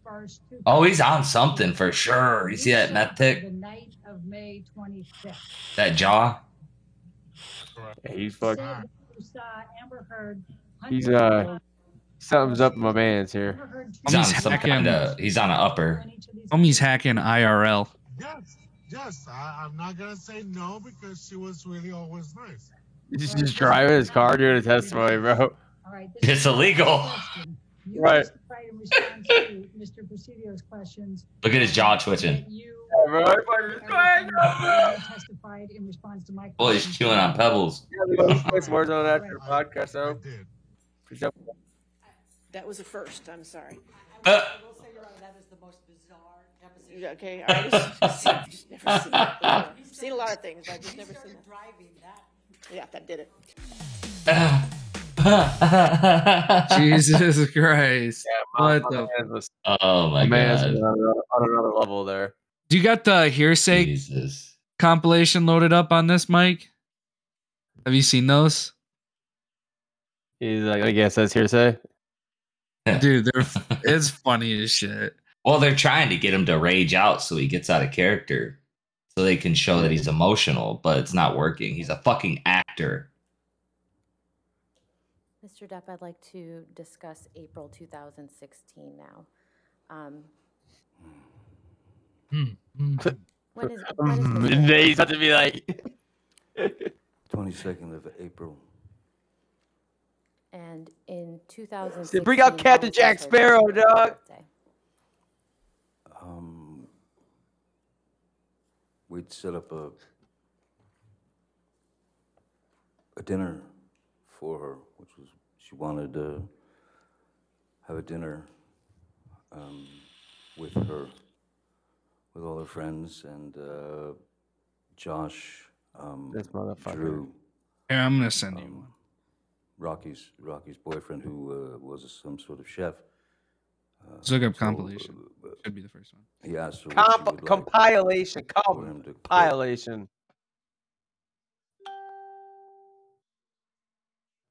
21st.
Oh, he's on something for sure. You see that meth tick?
The night of May 25th.
That jaw? he's
Said who saw Amber Heard.
He's
hundreds of
uh, something's up with my man's here.
He's on some kind of. He's on an upper.
Homie's hacking IRL.
Yes, yes. I, I'm not gonna say no because she was really always nice.
He's just driving his car doing a testimony, bro.
All right, this
It's illegal.
You
Right.
testified in response to Mr. Presidio's questions.
Look at his jaw twitching.
Everything that you Testified in response to my.
Boy, he's chewing on pebbles.
words on after podcast, though.
That was a first. I'm sorry.
Uh.
That was the most bizarre deposition. Okay, I just, I've just never seen that. before. I've seen a lot of things, but I've just never seen that. driving that. Yeah, that did it.
Jesus Christ.
my-
what
my
the?
man was-
Oh my
man's
God.
on another, on another level there.
Do you got the hearsay compilation loaded up on this, Mike? Have you seen those?
He's like, I guess that's hearsay.
Dude, they're, it's funny as shit.
Well, they're trying to get him to rage out so he gets out of character, so they can show that he's emotional, but it's not working. He's a fucking actor.
Mr. Depp, I'd like to discuss April 2016 now. Um, when is, when is the-
He's about to be like,
22nd of April.
and in 2016.
Said, bring out Captain Jack Sparrow, dog.
Um, we'd set up a a dinner for her, which was she wanted to have a dinner um, with her, with all her friends, and uh, Josh, um,
This motherfucker.
Drew,
Here, I'm gonna send you.
um, Rocky's Rocky's boyfriend, who uh, was some sort of chef. Uh,
Let's look up
so,
compilation.
uh,
Should be the first one.
He asked her. what she
Comp-
would like
compilation,
for him to cook.
compilation.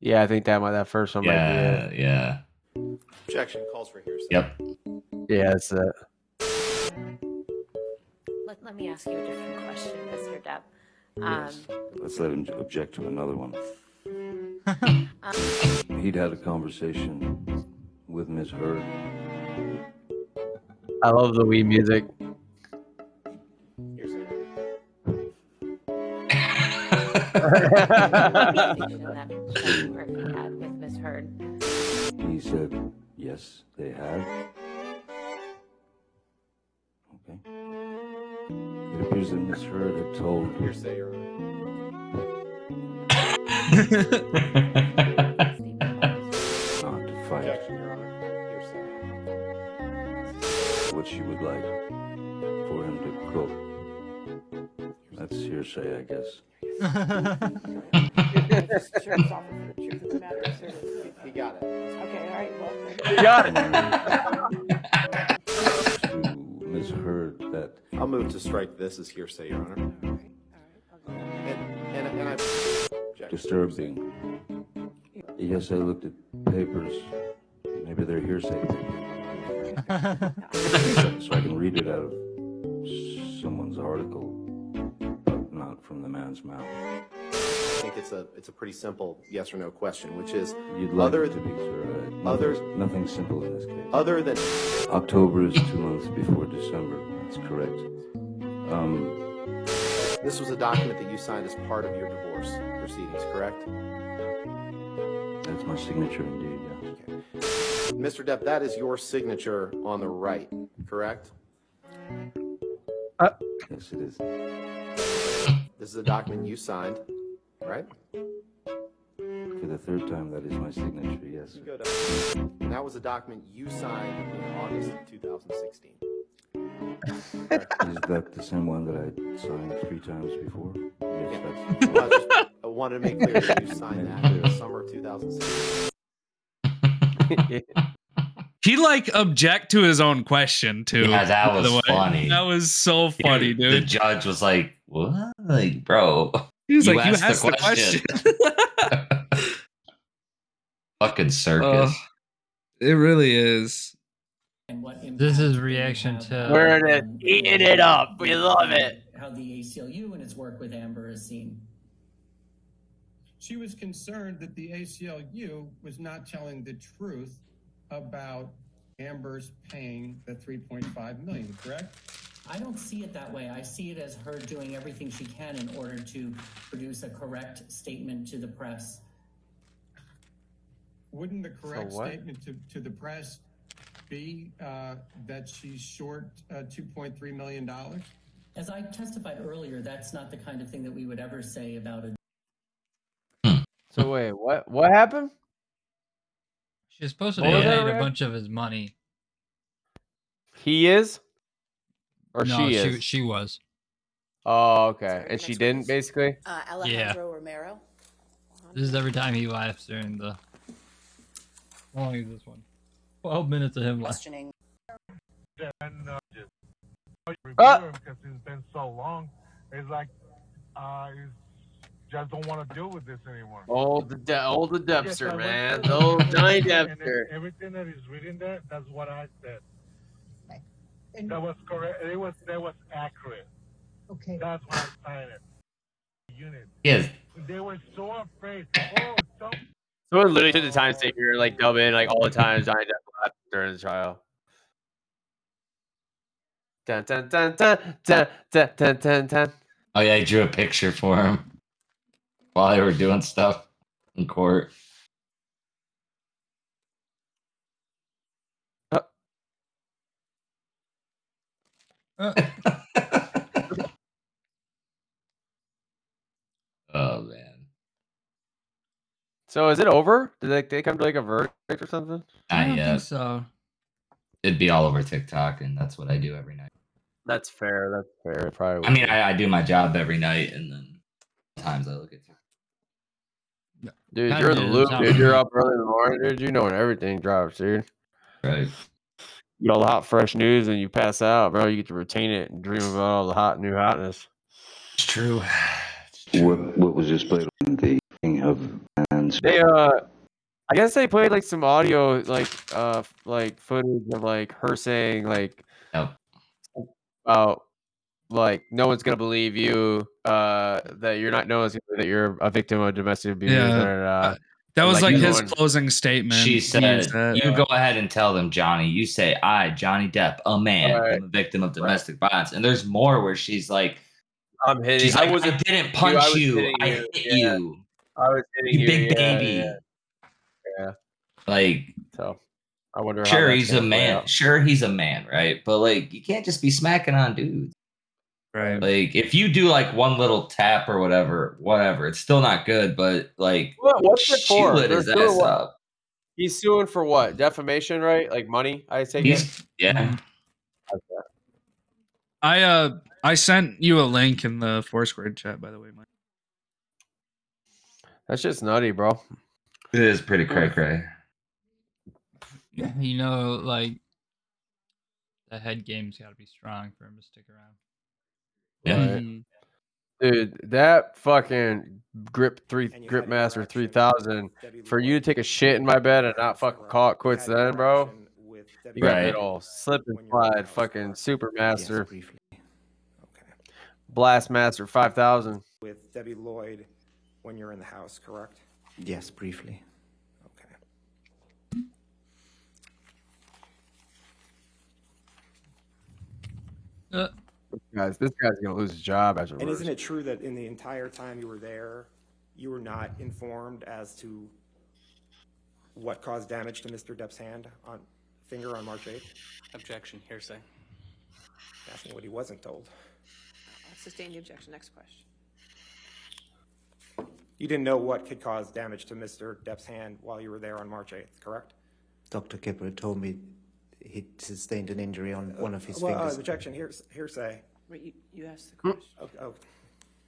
Yeah, I think that might that first one.
Yeah,
might be it.
yeah,
Objection calls for hearsay.
yep.
yeah. That's it.
Let, let me ask you a different question, Mr. Depp. Um,
Yes. Let's let him object to another one. He'd had a conversation with Ms. Heard.
I love the Wii music.
Um, conversation that Charlie Murphy had with Miss Heard.
He said, yes, they had. Okay. It appears that Ms. Heard had told. Hearsay, Your Not to fight. What she would like for him to cook. That's hearsay, I guess.
Sheriff's office for the truth of the matter asserted. You got it. Okay, all right, well.
misheard that.
I'll move to strike this as hearsay, Your Honor. And, and, and I.
disturbing. Yes, I looked at papers. Maybe they're hearsay. so I can read it out of someone's article, but not from the man's mouth.
I think it's a it's a pretty simple yes or no question, which is
You'd like
other
it to be sure. uh,
other-
nothing- nothing simple in this case.
other than
October is two months before December. That's correct. Um,
this was a document that you signed as part of your divorce proceedings, correct?
that's my signature indeed. Yeah.
Mr. Depp, that is your signature on the right, correct?
Yes, it is.
This is a document you signed, right?
For the third time, that is my signature. Yes.
And that was a document you signed in August of 2016.
Is that the same one that I signed three times before? Yes, that's.
Well, I, just, I wanted to make clear that you signed that in the summer of 2016.
He like object to his own question too.
Yeah, that
by the
was
way.
funny.
That was so funny, dude.
The judge was like, "What? Like, bro?"
He was like, "You asked the
Fucking circus.
it really is.
This is reaction to.
Burn it, eat it up. We love it.
How the ACLU and its work with Amber is seen.
She was concerned that the ACLU was not telling the truth about Amber's paying the 3.5 million, correct?
I don't see it that way. I see it as her doing everything she can in order to produce a correct statement to the press.
Wouldn't the correct
what?
statement to, to the press be uh, that she's short uh, 2.3 million dollars?
As I testified earlier, that's not the kind of thing that we would ever say about a
So wait, what? What happened?
She's supposed to
What was that,
donate a
Rick?
bunch of his money.
He is, or
No,
she
she-
is.
she was.
Oh, okay. And she didn't basically.
Uh,
Alejandro
Romero.
This is every time he laughs during the. How long is this one? 12 minutes of him laughing.
Questioning.
And uh, just how you
Ah.
review him because it's been so long. It's like uh, it's just don't want to deal with this anymore.
Old the de- old the Depster,
I went
man.
through
The old Johnny
everything, and
Depster.
then Everything that is written there, that's what I said. That was correct. It was that was accurate.
Okay.
That's why I signed it. Unit.
Yes.
They were so afraid. Oh, some
Someone literally took the time to sit here and like dub in like all the time Johnny Depp laughed during the trial. Dun, dun, dun, dun, dun, dun, dun, dun, dun.
Oh yeah, I drew a picture for him while they were doing stuff in court. Oh man.
So is it over? Did like they come to like a verdict or something?
I Not don't yet. think
so.
It'd be all over TikTok, and that's what I do every night.
That's fair. That's fair. Probably.
I mean, I, I do my job every night, and then times I look at.
Dude,
I
you're in the
did,
loop,
Tom.
dude. You're up early in the morning, dude. You know when everything drops, dude.
Right.
You get all the hot, fresh news, and you pass out, bro. You get to retain it and dream about all the hot, new hotness.
It's true.
What, what was just played on the King of Bands?
They uh, I guess they played like some audio, like uh, f- like footage of like her saying like,
oh,
like no one's gonna believe you, uh, that you're not, no one's gonna believe that you're a victim of domestic abuse.
Yeah,
da, da, da.
That was like,
no
his
one-
closing statement.
She
He
said, uh,
said-
"You go ahead and tell them, Johnny. You say I, Johnny Depp, a man, am a victim of domestic violence." And there's more where she's like,
"I'm hitting.
She's like, I,
wasn't-
didn't
dude, I
punch
was
you.
hitting
I
you,
hit
yeah.
you.
I was hitting
You
you,
big
yeah,
baby."
yeah, yeah.
Like,
so I wonder. how
sure
that's
he's a
gonna play
man.
out.
Sure he's a man, right? But like, you can't just be smacking on dudes.
Right.
Like, if you do like one little tap or whatever, whatever, it's still not good. But like,
What, what's it
she
for?
lit his
They're suing
ass
what-
up.
He's suing for what? Defamation, right? Like money? I take it.
He's yeah.
I uh I sent you a link in the Foursquare chat, by the way, Mike.
That's just nutty, bro.
It is pretty cray cray.
You know, like the head game's got to be strong for him to stick around.
Yeah.
Right. Dude, that fucking grip three grip master three thousand for you to take a shit in my bed and not fucking call it quits then, bro. You got
Right.
that all slip and slide, fucking super master, blast master five thousand.
With Debbie Lloyd when you're in the house, correct?
Yes, briefly.
Guys, this guy's gonna lose his job after
And isn't it true that in the entire time you were there, you were not informed as to what caused damage to Mr. Depp's hand on finger on March 8th?
Objection, hearsay.
Asking what he wasn't told.
I'll sustain the objection. Next question.
You didn't know what could cause damage to Mr. Depp's hand while you were there on March 8th, correct?
Dr. Kipper told me he sustained an injury on one of his
well,
fingers.
Uh, objection, hears, hearsay.
Wait, you, you asked
Hmm?
the
Okay, oh.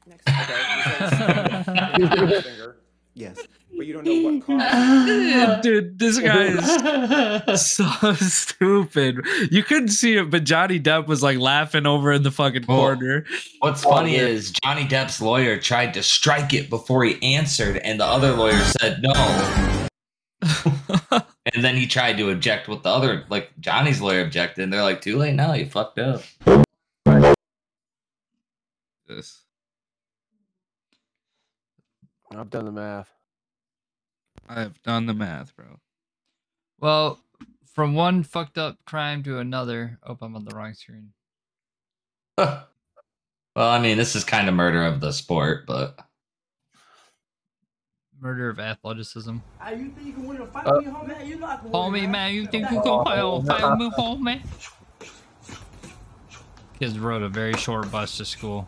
Next.
Okay. you said finger.
Yes.
But you don't know what
Yeah,
caused.
Dude, this guy is so stupid. You couldn't see it, but Johnny Depp was like laughing over in the fucking corner.
What's funny is Johnny Depp's lawyer tried to strike it before he answered, and the other lawyer said no. and then he tried to object with the other, like Johnny's lawyer objected, and they're like, too late now, you fucked up.
This.
I've done the math.
I've done the math, bro.
Well, from one fucked up crime to another. Oh, I'm on the wrong screen.
Well, I mean, this is kind of murder of the sport, but
Murder of athleticism.
Hey, you think you can win a fight
Uh,
with me, homie? Hey, you know I can win a
Homie,
fight.
man, you think you can file, file me, homie? Kids rode a very short bus to school.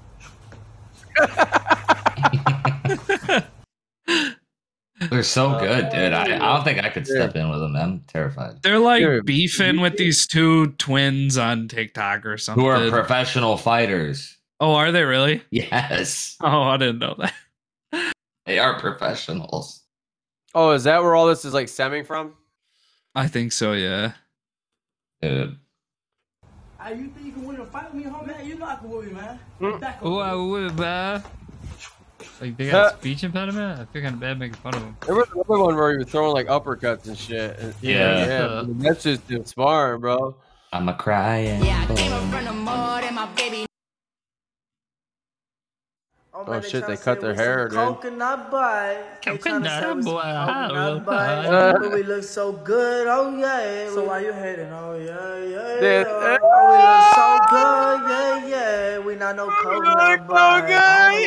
they're
Uh,
so good, dude. I, I don't think I could step in with them. I'm terrified.
They're like
Dude,
beefing with these two twins on TikTok or something.
Who are professional fighters?
oh, are they really?
Yes.
Oh, I didn't know that.
They are professionals.
Oh, is that where all this is like stemming from?
I think so, yeah.
Dude.
Hey, you Mm. Oh,
Hmm.
think you can win a fight with me, homie? Hey, you know I can win, man. Back up.
Ooh, I would, uh, ah, Like they got a speech impediment. I feel kind of bad making fun of them.
There was another one where he was throwing like uppercuts and shit. And-
Yeah.
yeah. That's just too smart, bro.
I'm a crying.
Oh, shit, they cut their hair, dude.
Coconut butt. They tryna sell
Coconut
us
boy.
Coconut
Uh.
butt. Louis looks so good. Oh yeah. So why you hating? Oh yeah, yeah.
This-
yeah. Oh, we Oh, look so good. Yeah, yeah. We not no coconut butt. Oh, what you talking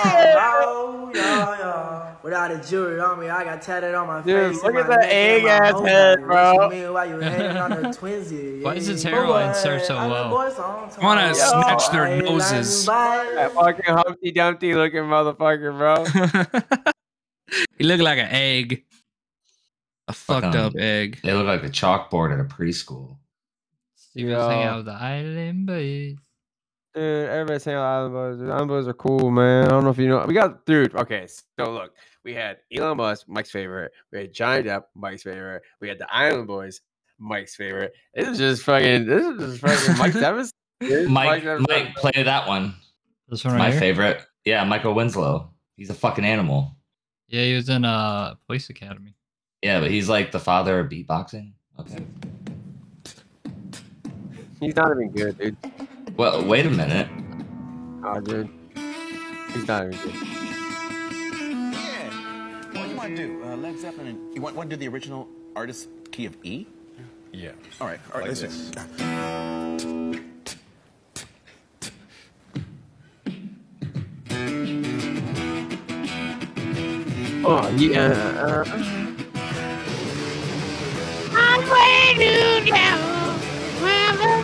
about? Yeah, yeah. Without a jewelry on me, I got tatted on my
Dude,
face.
look
and
at
my
that
neck and my
egg-ass
whole
head,
body.
bro.
What you mean? Why you hating on the twinsies?
Why is his
Yeah,
hairline
boy.
surged so
I love
low?
boys, I don't
Wanna
talk.
snatch their
I ain't lying
noses.
about it.
That fucking Humpty Dumpty looking motherfucker, bro.
He looked like an egg. A fucked
Fucking-
up egg.
They look like the chalkboard at a preschool.
You
Yeah.
guys hang out with the island boys.
Dude, everybody's saying Island Boys. Dude, Island Boys are cool, man. I don't know if you know. We got, dude, okay. So look, we had Elon Musk, Mike's favorite. We had Johnny Depp, Mike's favorite. We had the Island Boys, Mike's favorite. This is just fucking, this is just fucking Mike Devin's.
Mike, Mike, play that one.
This
It's
one
my
right here.
favorite. Yeah, Michael Winslow. He's a fucking animal.
Yeah, he was in uh police academy.
Yeah, but he's like the father of beatboxing. Okay.
He's not even good, dude.
Well, wait a minute.
Oh, dude. He's not even good.
What do you want to do? Uh, Led Zeppelin. and- You want, want to do the original artist key of E? Yeah. All right. All right. listen.
Oh, yeah.
I'm way too down.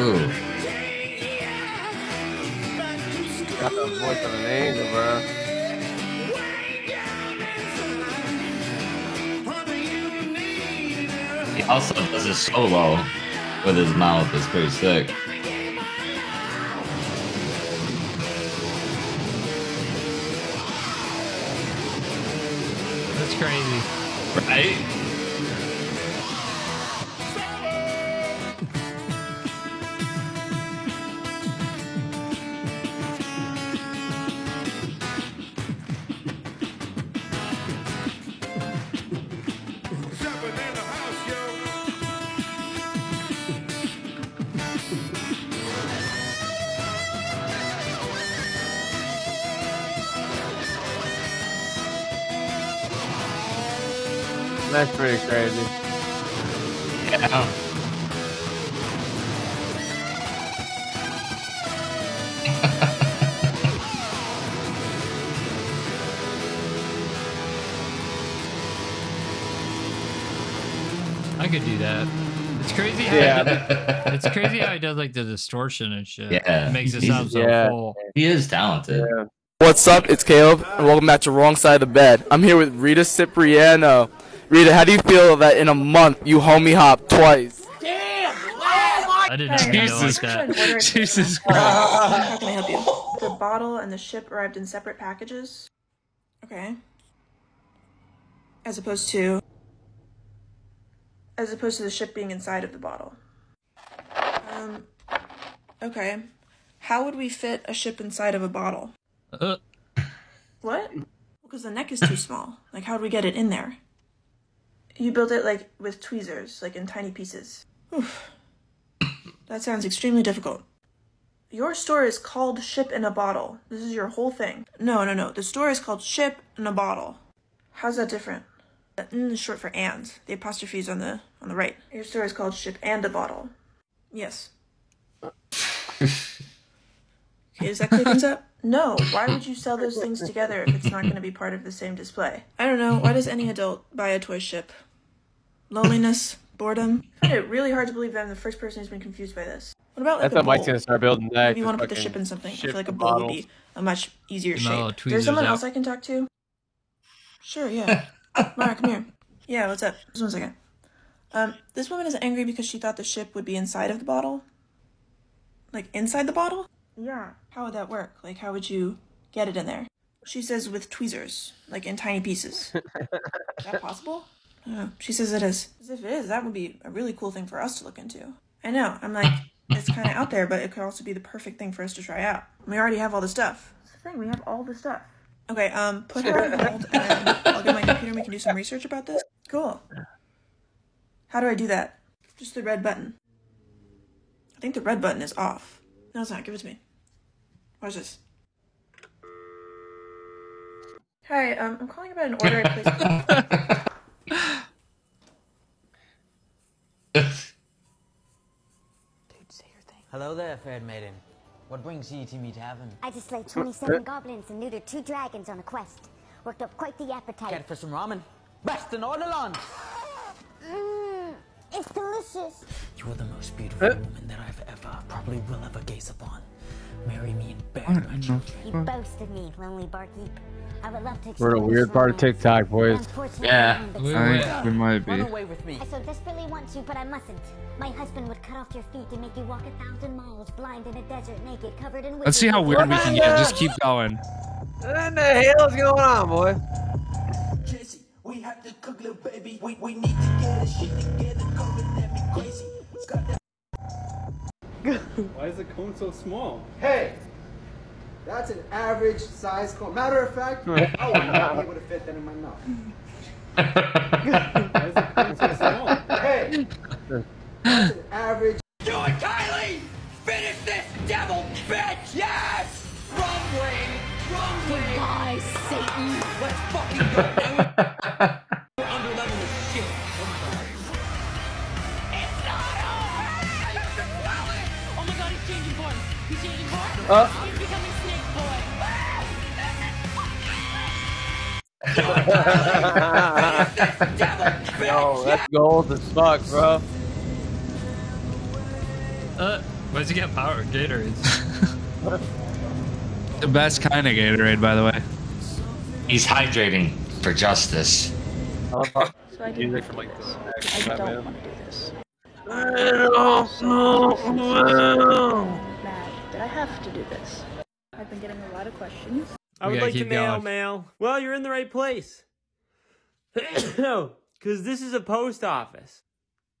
Ooh.
Got the voice of an angel, bro.
He also does his solo with his mouth. It's pretty sick.
That's crazy.
Right?
That's pretty crazy.
I could do that. It's crazy how
Yeah.
it's crazy how he does like the distortion and shit.
Yeah.
It makes it
He's-
sound so
yeah.
full.
He is talented.
What's up? It's Caleb, and welcome back to Wrong Side of the Bed. I'm here with Rita Cipriano. Rita, how do you feel that in a month you homie hop twice?
Damn! Oh my
I didn't
even know Jesus like that.
Christ.
Jesus
Christ.
How can I help you? The bottle and the ship arrived in separate packages. Okay. As opposed to. As opposed to the ship being inside of the bottle. Um. Okay. How would we fit a ship inside of a bottle?
Uh,
What? Because the neck is too small. Like, how'd we get it in there? You built it, like, with tweezers, like in tiny pieces. Oof. That sounds extremely difficult. Your store is called Ship in a Bottle. This is your whole thing. No, no, no. The store is called Ship in a Bottle. How's that different? The N is short for and. The apostrophe is on the on the right. Your store is called Ship and a Bottle. Yes. Okay, does that clear things up? No. Why would you sell those things together if it's not going to be part of the same display? I don't know. Why does any adult buy a toy ship? Loneliness, boredom. I find it really hard to believe that I'm the first person who's been confused by this. What about
I
like
thought
a bowl?
Mike's gonna start building that.
If you want to put the ship in something, I feel like a bowl would be a much easier
You know,
shape.
tweezers
There's someone
out.
else I can talk to. Sure. Yeah. Mara, come here. Yeah. What's up? Just one second. Um, this woman is angry because she thought the ship would be inside of the bottle. Like inside the bottle? Yeah. How would that work? Like, how would you get it in there? She says with tweezers, like in tiny pieces. Oh, is that possible? Yeah, she says it is. Because if it is, that would be a really cool thing for us to look into. I know. I'm like, it's kind of out there, but it could also be the perfect thing for us to try out. We already have all the stuff. That's the thing. We have all the stuff. Okay. Um, put her on hold, and I'll get my computer. and We can do some research about this. Cool. How do I do that? Just the red button. I think the red button is off. No, it's not. Give it to me. Watch this. Hi, um, I'm calling about an order I placed.
Hello there, fair maiden. What brings ye to me tavern?
I just slayed 27 goblins and neutered two dragons on a quest. Worked up quite the appetite.
Care for some ramen? Best in all the land.
Mmm, it's delicious.
You are the most beautiful woman that I've ever, probably will ever gaze upon. Marry me and bear my children.
You boasted me, lonely barkeep. I would love to
We're in a weird part of TikTok, boys.
Unfortunately, Yeah. I'm the
I think we might be.
with me. I so desperately want to, but I mustn't. My husband would cut off your feet and make you walk a thousand miles, blind in a desert, naked, covered in.
Let's see how weird we can get. Just keep going.
What the hell is going on, boy?
Jesse, we have to cook, little baby. We, we need to get this shit together. Calling that me crazy. It's got that-
Why is the cone so small?
Hey, that's an average size cone. Matter of fact, I would not be able to fit that in my mouth. hey, that's an average.
Do it, Kylie! Finish this devil bitch! Yes! Rumbling! Rumbling! Goodbye, Satan! Let's fucking go now! We're under level as shit. It's not over! Mr. Wallet! Oh my god, he's changing form! He's changing form!
Uh.
He's becoming Snake Boy!
Yo, that's gold as fuck, bro.
Uh, where's he get power? Gatorades.
The best kind of Gatorade, by the way.
He's hydrating for justice.
So I
Music from like the next
I
Batman.
don't want to do this. Did I have to do this? I've been getting a lot of questions.
I
We
would
gotta
like to
keep
mail
going.
mail. Well, you're in the right place. Because this is a post office.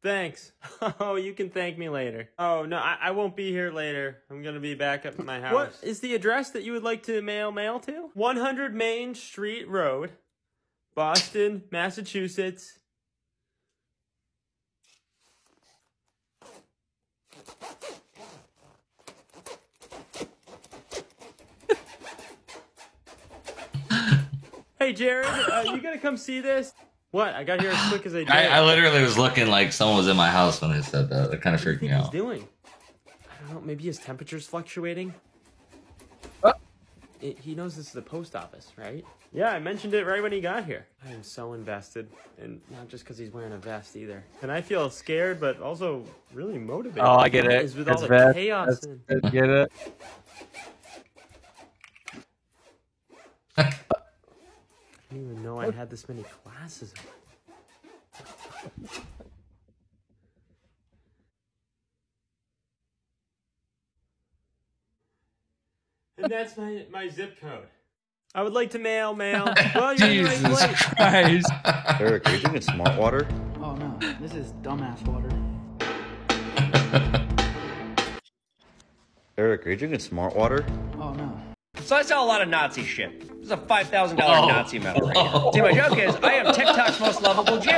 Thanks. Oh, you can thank me later. Oh, no, I, I won't be here later. I'm going to be back up at my house. What is the address that you would like to mail mail to? 100 Main Street Road, Boston, Massachusetts. Hey, Jared, uh, you going to come see this? What? I got here as quick as I did.
I, I literally was looking like someone was in my house when they said that. That kind of freaked me
think he's
out.
doing? I don't know. Maybe his temperature's fluctuating. It, he knows this is the post office, right? Yeah, I mentioned it right when he got here. I am so invested, and not just because he's wearing a vest either. And I feel scared, but also really motivated.
Oh, I get it.
Is with
It's
all the
bad.
chaos.
That's-
and-
I Get it?
I didn't even know I had this many classes. and that's my, my zip code. I would like to mail, mail. well, you're in the right place.
Eric, are you drinking smart water?
Oh no, this is dumbass water.
Eric, are you drinking smart water?
Oh no.
So I sell a lot of Nazi shit. This is a five thousand
Whoa.
dollar Nazi medal right here. See, my joke is I am TikTok's most lovable Jew.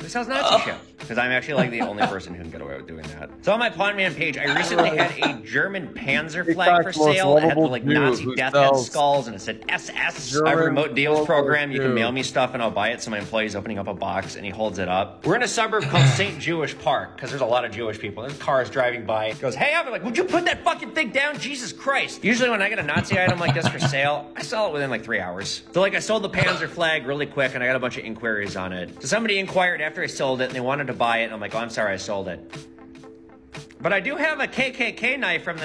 Who sells Nazi shit? Because I'm actually like the only person who can get away with doing that. So on my Pawn Man page, I recently had a German Panzer flag for
TikTok's most
sale. It had the
lovable
like
Jew
Nazi
who
death head
sells
skulls, and it said SS. I have a
German
remote deals
lovable
program. You
Jew.
can mail me stuff and I'll buy it. So my employee's opening up a box and he holds it up. We're in a suburb called St. Jewish Park because there's a lot of Jewish people. There's cars driving by. He goes, hey, I'm like, would you put that fucking thing down? Jesus Christ. Usually when I get a Nazi item like this for sale, I sell it within like three hours. So like I sold the Panzer flag really quick and I got a bunch of inquiries on it. So somebody inquired after I sold it and they wanted to buy it. And I'm like, oh, I'm sorry, I sold it. But I do have a KKK knife from the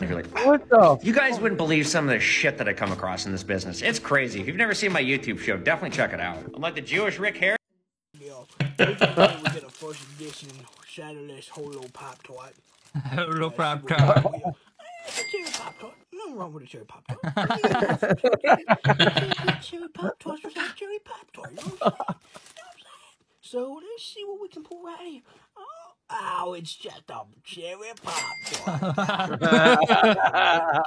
And you're like,
what the?
You guys wouldn't believe some of the shit that I come across in this business. It's crazy. If you've never seen my YouTube show, definitely check it out. I'm like the Jewish Rick Harris.
we get a first edition shadowless holo pop tart.
Little prop car.
Cherry pop tart. Nothing wrong with a cherry pop tart. cherry pop tarts without cherry pop tart. You know what I'm saying? You know what I'm saying? So let's see what we can pull right here. Oh, Oh, it's just a cherry pop. I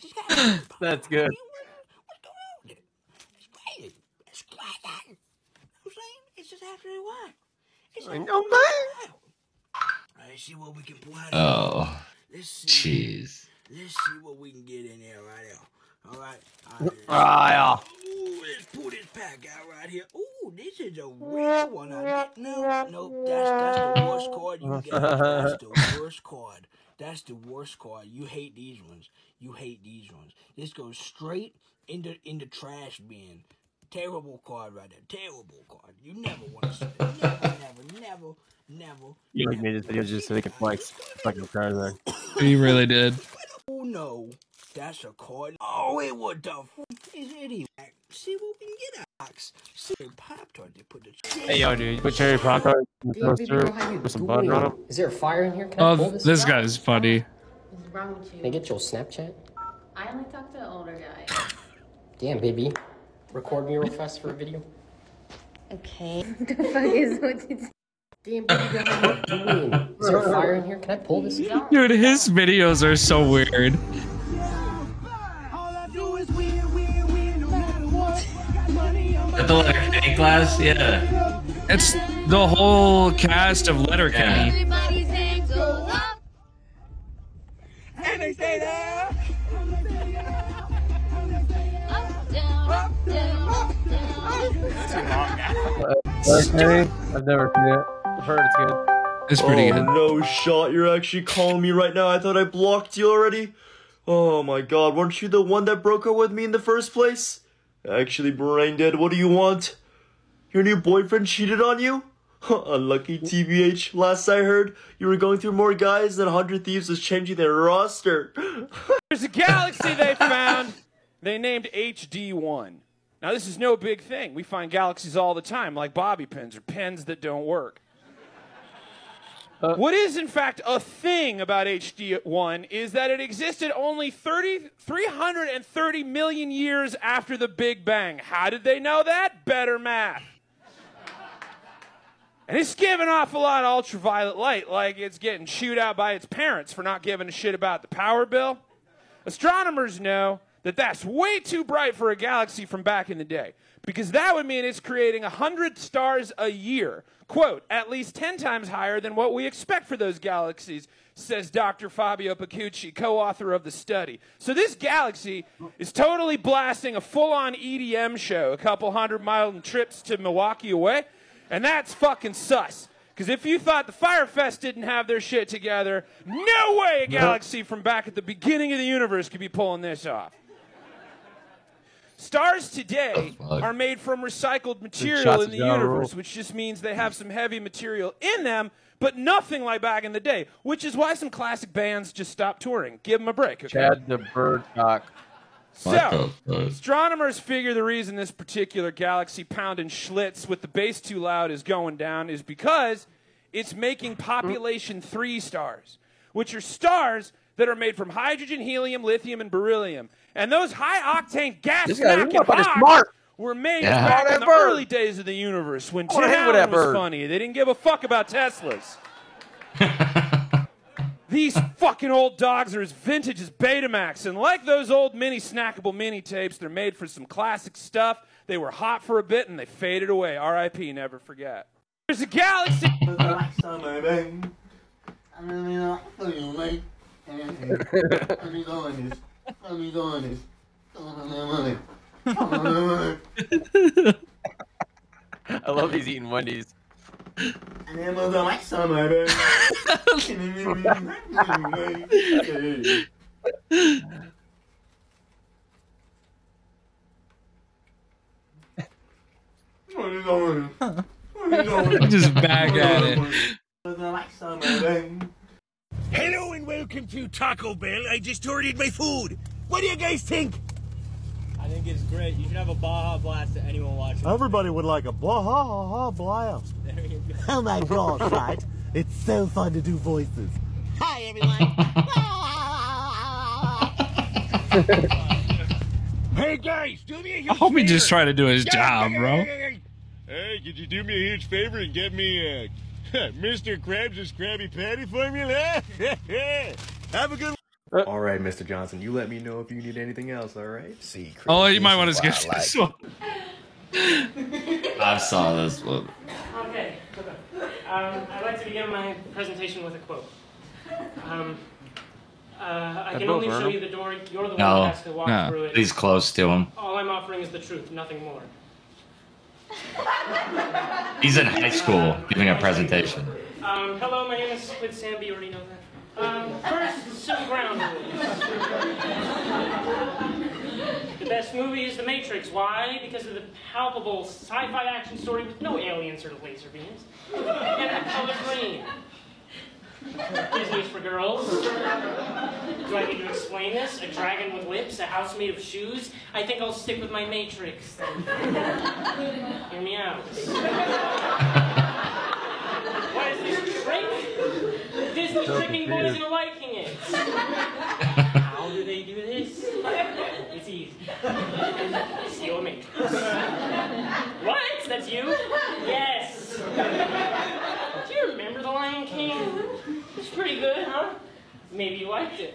just got
That's good.
waited. It's quiet. You know what I'm saying? It's just after they won. It's
I
like-
know,
Wow. Let's see what we can pull out. of
Oh,
here. Let's see.
jeez.
Let's see what we can get in there right now. All right. All right.
Ah,
Ooh, let's pull this pack out right here. Ooh, this is a real one. I got. No, no, that's, that's the worst card you got. That's the worst card. That's the worst card. You hate these ones. You hate these ones. This goes straight in the in the trash bin. Terrible card right there. Terrible card. You never want to see it. Never, never, never, never.
You like made this video just so they could flex fucking cars there.
He really did.
Oh no, that's a card. Oh, it would the f- is it even? See what we can get out. of the box. See pop tart. They put the
Hey yo, dude, you put cherry pop tarts in the
Dude, baby
toaster
girl, how you
with some butter on them.
Is there a fire in here? Can I
Oh,
pull
th-
this?
this guy's funny.
What's wrong with Can I get your Snapchat?
I only talk to older guys.
Damn, baby. Record me real fast for a video.
Okay. the fuck is what you Damn,
Is there a fire in here? Can I pull this?
Dude, his videos are so weird.
At the letter class, yeah.
It's the whole cast of Letterkenny.
Everybody's hands go up. And they stay there. Up, down, up, down, up, down. Too long
Okay, I've never seen it. I've heard it's good.
It's
oh,
pretty good.
No shot, you're actually calling me right now. I thought I blocked you already. Oh my god, weren't you the one that broke up with me in the first place? Actually, brain dead, what do you want? Your new boyfriend cheated on you? Unlucky TBH. Last I heard, you were going through more guys than 100 Thieves was changing their roster.
There's a galaxy they found. They named HD1. Now, this is no big thing. We find galaxies all the time, like bobby pins or pens that don't work. what is, in fact, a thing about HD1 is that it existed only 30, 330 million years after the Big Bang. How did they know that? Better math. And it's giving off a lot of ultraviolet light, like it's getting chewed out by its parents for not giving a shit about the power bill. Astronomers know that that's way too bright for a galaxy from back in the day, because that would mean it's creating 100 stars a year. Quote, at least 10 times higher than what we expect for those galaxies, says Dr. Fabio Pacucci, co author of the study. So this galaxy is totally blasting a full on EDM show a couple hundred mile trips to Milwaukee away. And that's fucking sus. Because if you thought the Firefest didn't have their shit together, no way a galaxy from back at the beginning of the universe could be pulling this off. Stars today are made from recycled material
shots
in the
of God
universe,
rule.
which just means they have some heavy material in them, but nothing like back in the day, which is why some classic bands just stopped touring. Give them a break. Okay?
Chad the bird cock.
So, astronomers figure the reason this particular galaxy pounding Schlitz with the bass too loud is going down is because it's making population three stars, which are stars that are made from hydrogen, helium, lithium, and beryllium. And those high octane gas
This guy- this
knocking
motherfucker's
rocks
smart.
were made
Yeah.
back
Oh,
in
that
the
bird.
early days of the universe when
I wanna
Tim
hang with that
Allen was
bird.
funny. They didn't give a fuck about Teslas. These fucking old dogs are as vintage as Betamax, and like those old mini snackable mini tapes, they're made for some classic stuff. They were hot for a bit and they faded away. R.I.P. Never forget. There's a galaxy.
Let me go in this. Let me go in this.
I love he's eating Wendy's.
Just back at it.
Hello and welcome to Taco Bell. I just ordered my food. What do you guys think?
I think it's great. You should have a Baja Blast to anyone watching.
Everybody would like a blah ha ha ha blast.
There you go.
Oh my gosh, right? It's so fun to do voices.
Hi, everyone. hey, guys, do me a huge
I hope he
favor.
just tried to do his job, bro.
Hey, could you do me a huge favor and get me a
Mr. Krabs' Krabby Patty formula? Have a good
all right, Mr. Johnson, you let me know if you need anything else, all right? See,
Oh, you might want to skip this one.
I saw this one.
Okay. Um, I'd like to begin my presentation with a quote. Um, uh, I
That
can
Bo
only show
Burnham?
you the door. You're the one who
No,
has to walk through
no,
it.
he's close to him.
All I'm offering is the truth, nothing more.
He's in high school giving a presentation.
Um, hello, my name is Squid Samby. You already know that. Um, first, some ground rules. the best movie is The Matrix. Why? Because of the palpable sci-fi action story with no aliens or laser beams and the color green. Disney's for girls. Do I need to explain this? A dragon with lips, a house made of shoes. I think I'll stick with my Matrix. Hear me out. What is this trick? Disney
So
tricking boys
confused.
into liking it.
Oh.
How do they do this? It's easy. Steal a matrix. What? That's you? Yes. Do you remember The Lion King? It's pretty good, huh? Maybe you liked it.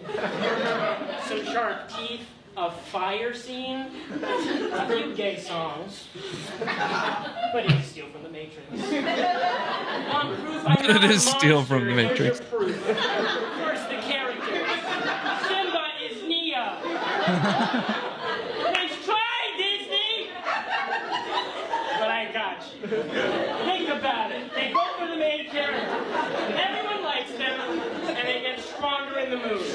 Some sharp teeth, a fire scene, a few gay songs. But it's steal from the Matrix. On proof, I know
It
I'm
is
a
steal from the
monster.
Matrix.
Here's your proof. First, the characters. Simba is Nia. nice try, Disney. But I got you. Think about it. They go for the main character. Everyone likes them, and they get stronger in the movie.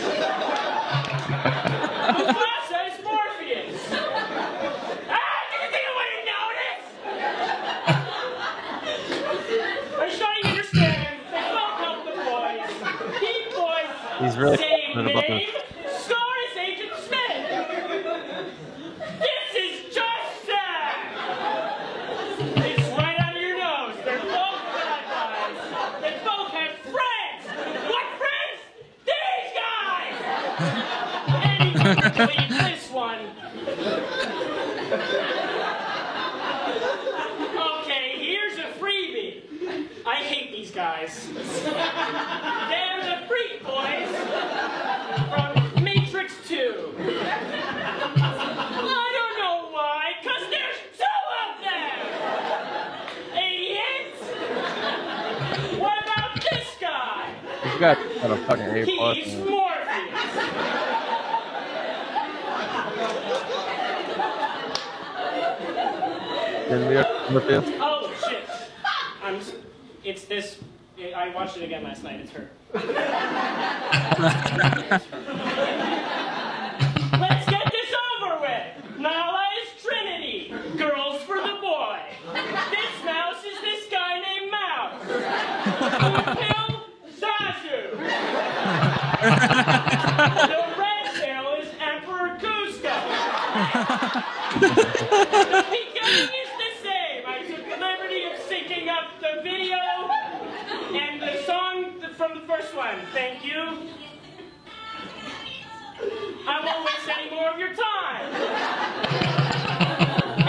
Mufasa is Morpheus. Ah, did you think I wouldn't notice? I'm sure you understand. They both help the boys. Keep boys.
He's really
Same
passionate about
name. Star is Agent Smith. This is just that. It's right out of your nose. They're both bad guys. They both have friends. What friends? These guys. And you can believe this one. Okay, here's a freebie. I hate these guys. They're the freak boys from Matrix 2. I don't know why, because there's two of them! Idiots! What about this guy?
You got got a fucking A plus.
He's Morpheus.
Didn't we have Morpheus?
Oh shit! I'm. s- It's this. I watched it again last night. It's her. Let's get this over with. Nala is Trinity. Girls for the boy. This mouse is this guy named Mouse. Who killed Zazu? the red tail is Emperor Cusco. the beginning is the same. I took the liberty of syncing up the video and the song from the first one. Thank you. I won't waste any more of your time.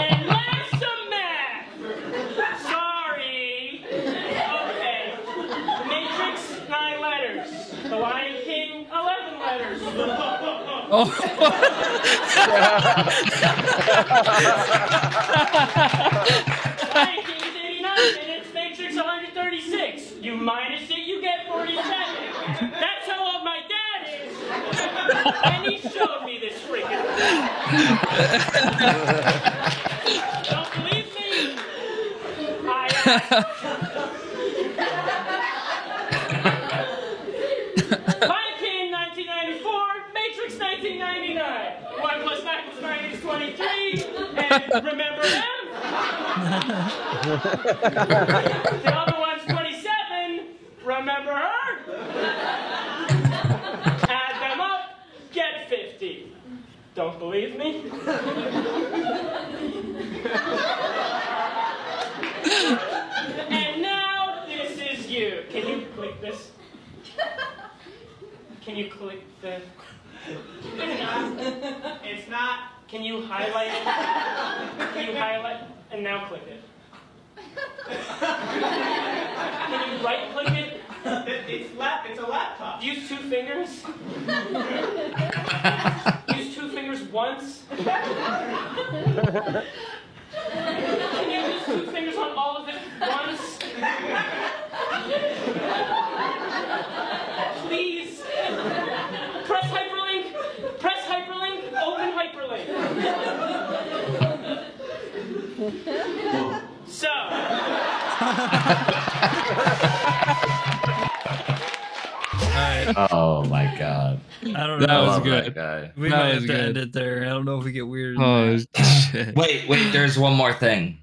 And last, some math. Sorry. Okay. Matrix, nine letters. The Lion King, 11 letters. Vikings 89 minutes, Matrix 136. You minus it, you get 47. That's how old my dad is. And he showed me this freaking thing. Don't believe me? I asked. Viking 1994, Matrix 1999. 1 plus 9 plus 9 is 23. And remember them? the other one's 27. Remember her? Add them up, get 50. Don't believe me? and now this is you. Can you click this? Can you click the. It's not. It's not. Can you highlight it? Can you highlight? And now click it. Can you right click it? It's lap. It's a laptop. Use two fingers. Use two fingers once. Can you use two fingers on all of it once? Please. Press hyperlink. Press hyperlink. Open hyperlink. So.
Oh my god.
I don't know.
That was
Love
good.
guy.
That
We might
was
have to
good.
end it there. I don't know if we get weird.
Oh,
wait, wait, there's one more thing.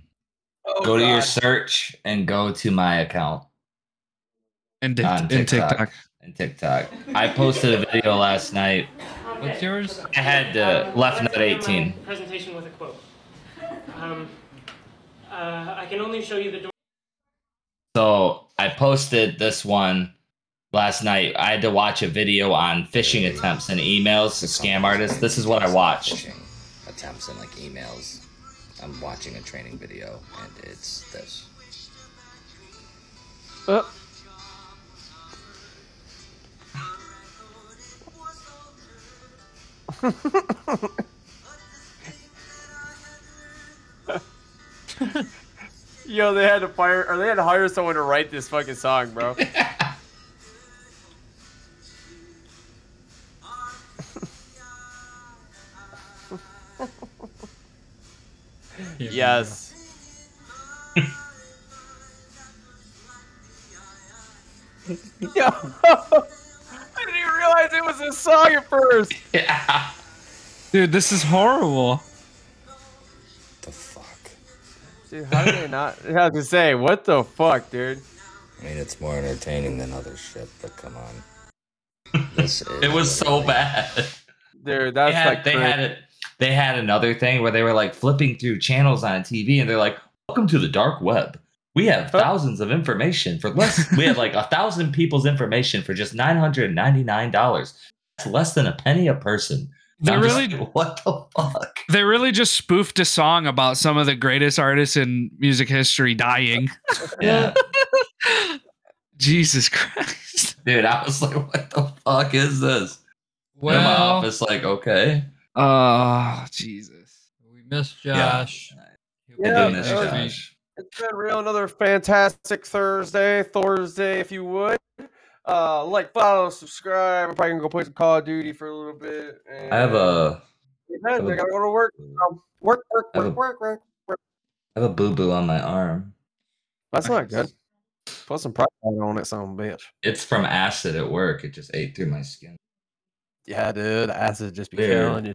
go to your search and go to my account.
And
TikTok.
and
And TikTok. I posted a video last night.
What's
yours?
I had uh, left
Let's
nut
end my
18.
Presentation with a quote. Um, uh, I can only show you the door.
So I posted this one last night. I had to watch a video on phishing attempts and emails to scam artists. This is what I watched.
attempts and like emails. I'm watching a training video and it's this.
Yo, they had to fire or they had to hire someone to write this fucking song, bro. yes. Yo, I didn't even realize it was a song at first.
Yeah.
Dude, this is horrible.
Dude, how did they not? I have to say, what the fuck, dude?
I mean, it's more entertaining than other shit, but come on. This is
It was so bad.
Dude,
They
that's
had,
like
they
cringe.
had it. They had another thing where they were like flipping through channels on TV, and they're like, "Welcome to the dark web. We have thousands of information for less. we had like a thousand people's information for just nine hundred ninety nine dollars. That's less than a penny a person." And
They
I'm just
really-
like, what the fuck?
They really just spoofed a song about some of the greatest artists in music history dying.
Yeah.
Jesus Christ.
Dude, I was like, what the fuck is this? Well, in my
Well-
office, like, okay.
Oh, Jesus.
We missed Josh.
Yeah,
Big
miss
next
Josh.
week.
It's been real. Another fantastic Thursday, Thursday, if you would. Uh, like, follow, subscribe. I'm probably gonna go play some Call of Duty for a little bit. And
I have a
I gotta go to work. so Work, work,
I have
work,
a-
work, work.
I have a boo boo on my arm.
That's not good. Put some pride on it, some bitch.
It's from acid at work. It just ate through my skin.
Yeah, dude. Acid just be
Dude.
killing you.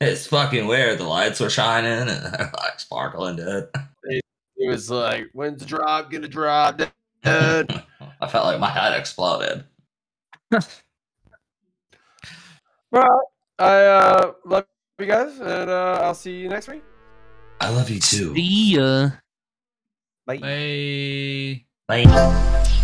It's fucking weird. The lights were shining and like sparkling, dude.
It was like, when's the drop gonna drop? Dude.
I felt like my head exploded.
Well, I uh, love you guys, and uh, I'll see you next week.
I love you too.
See ya.
Bye.
Bye.
Bye.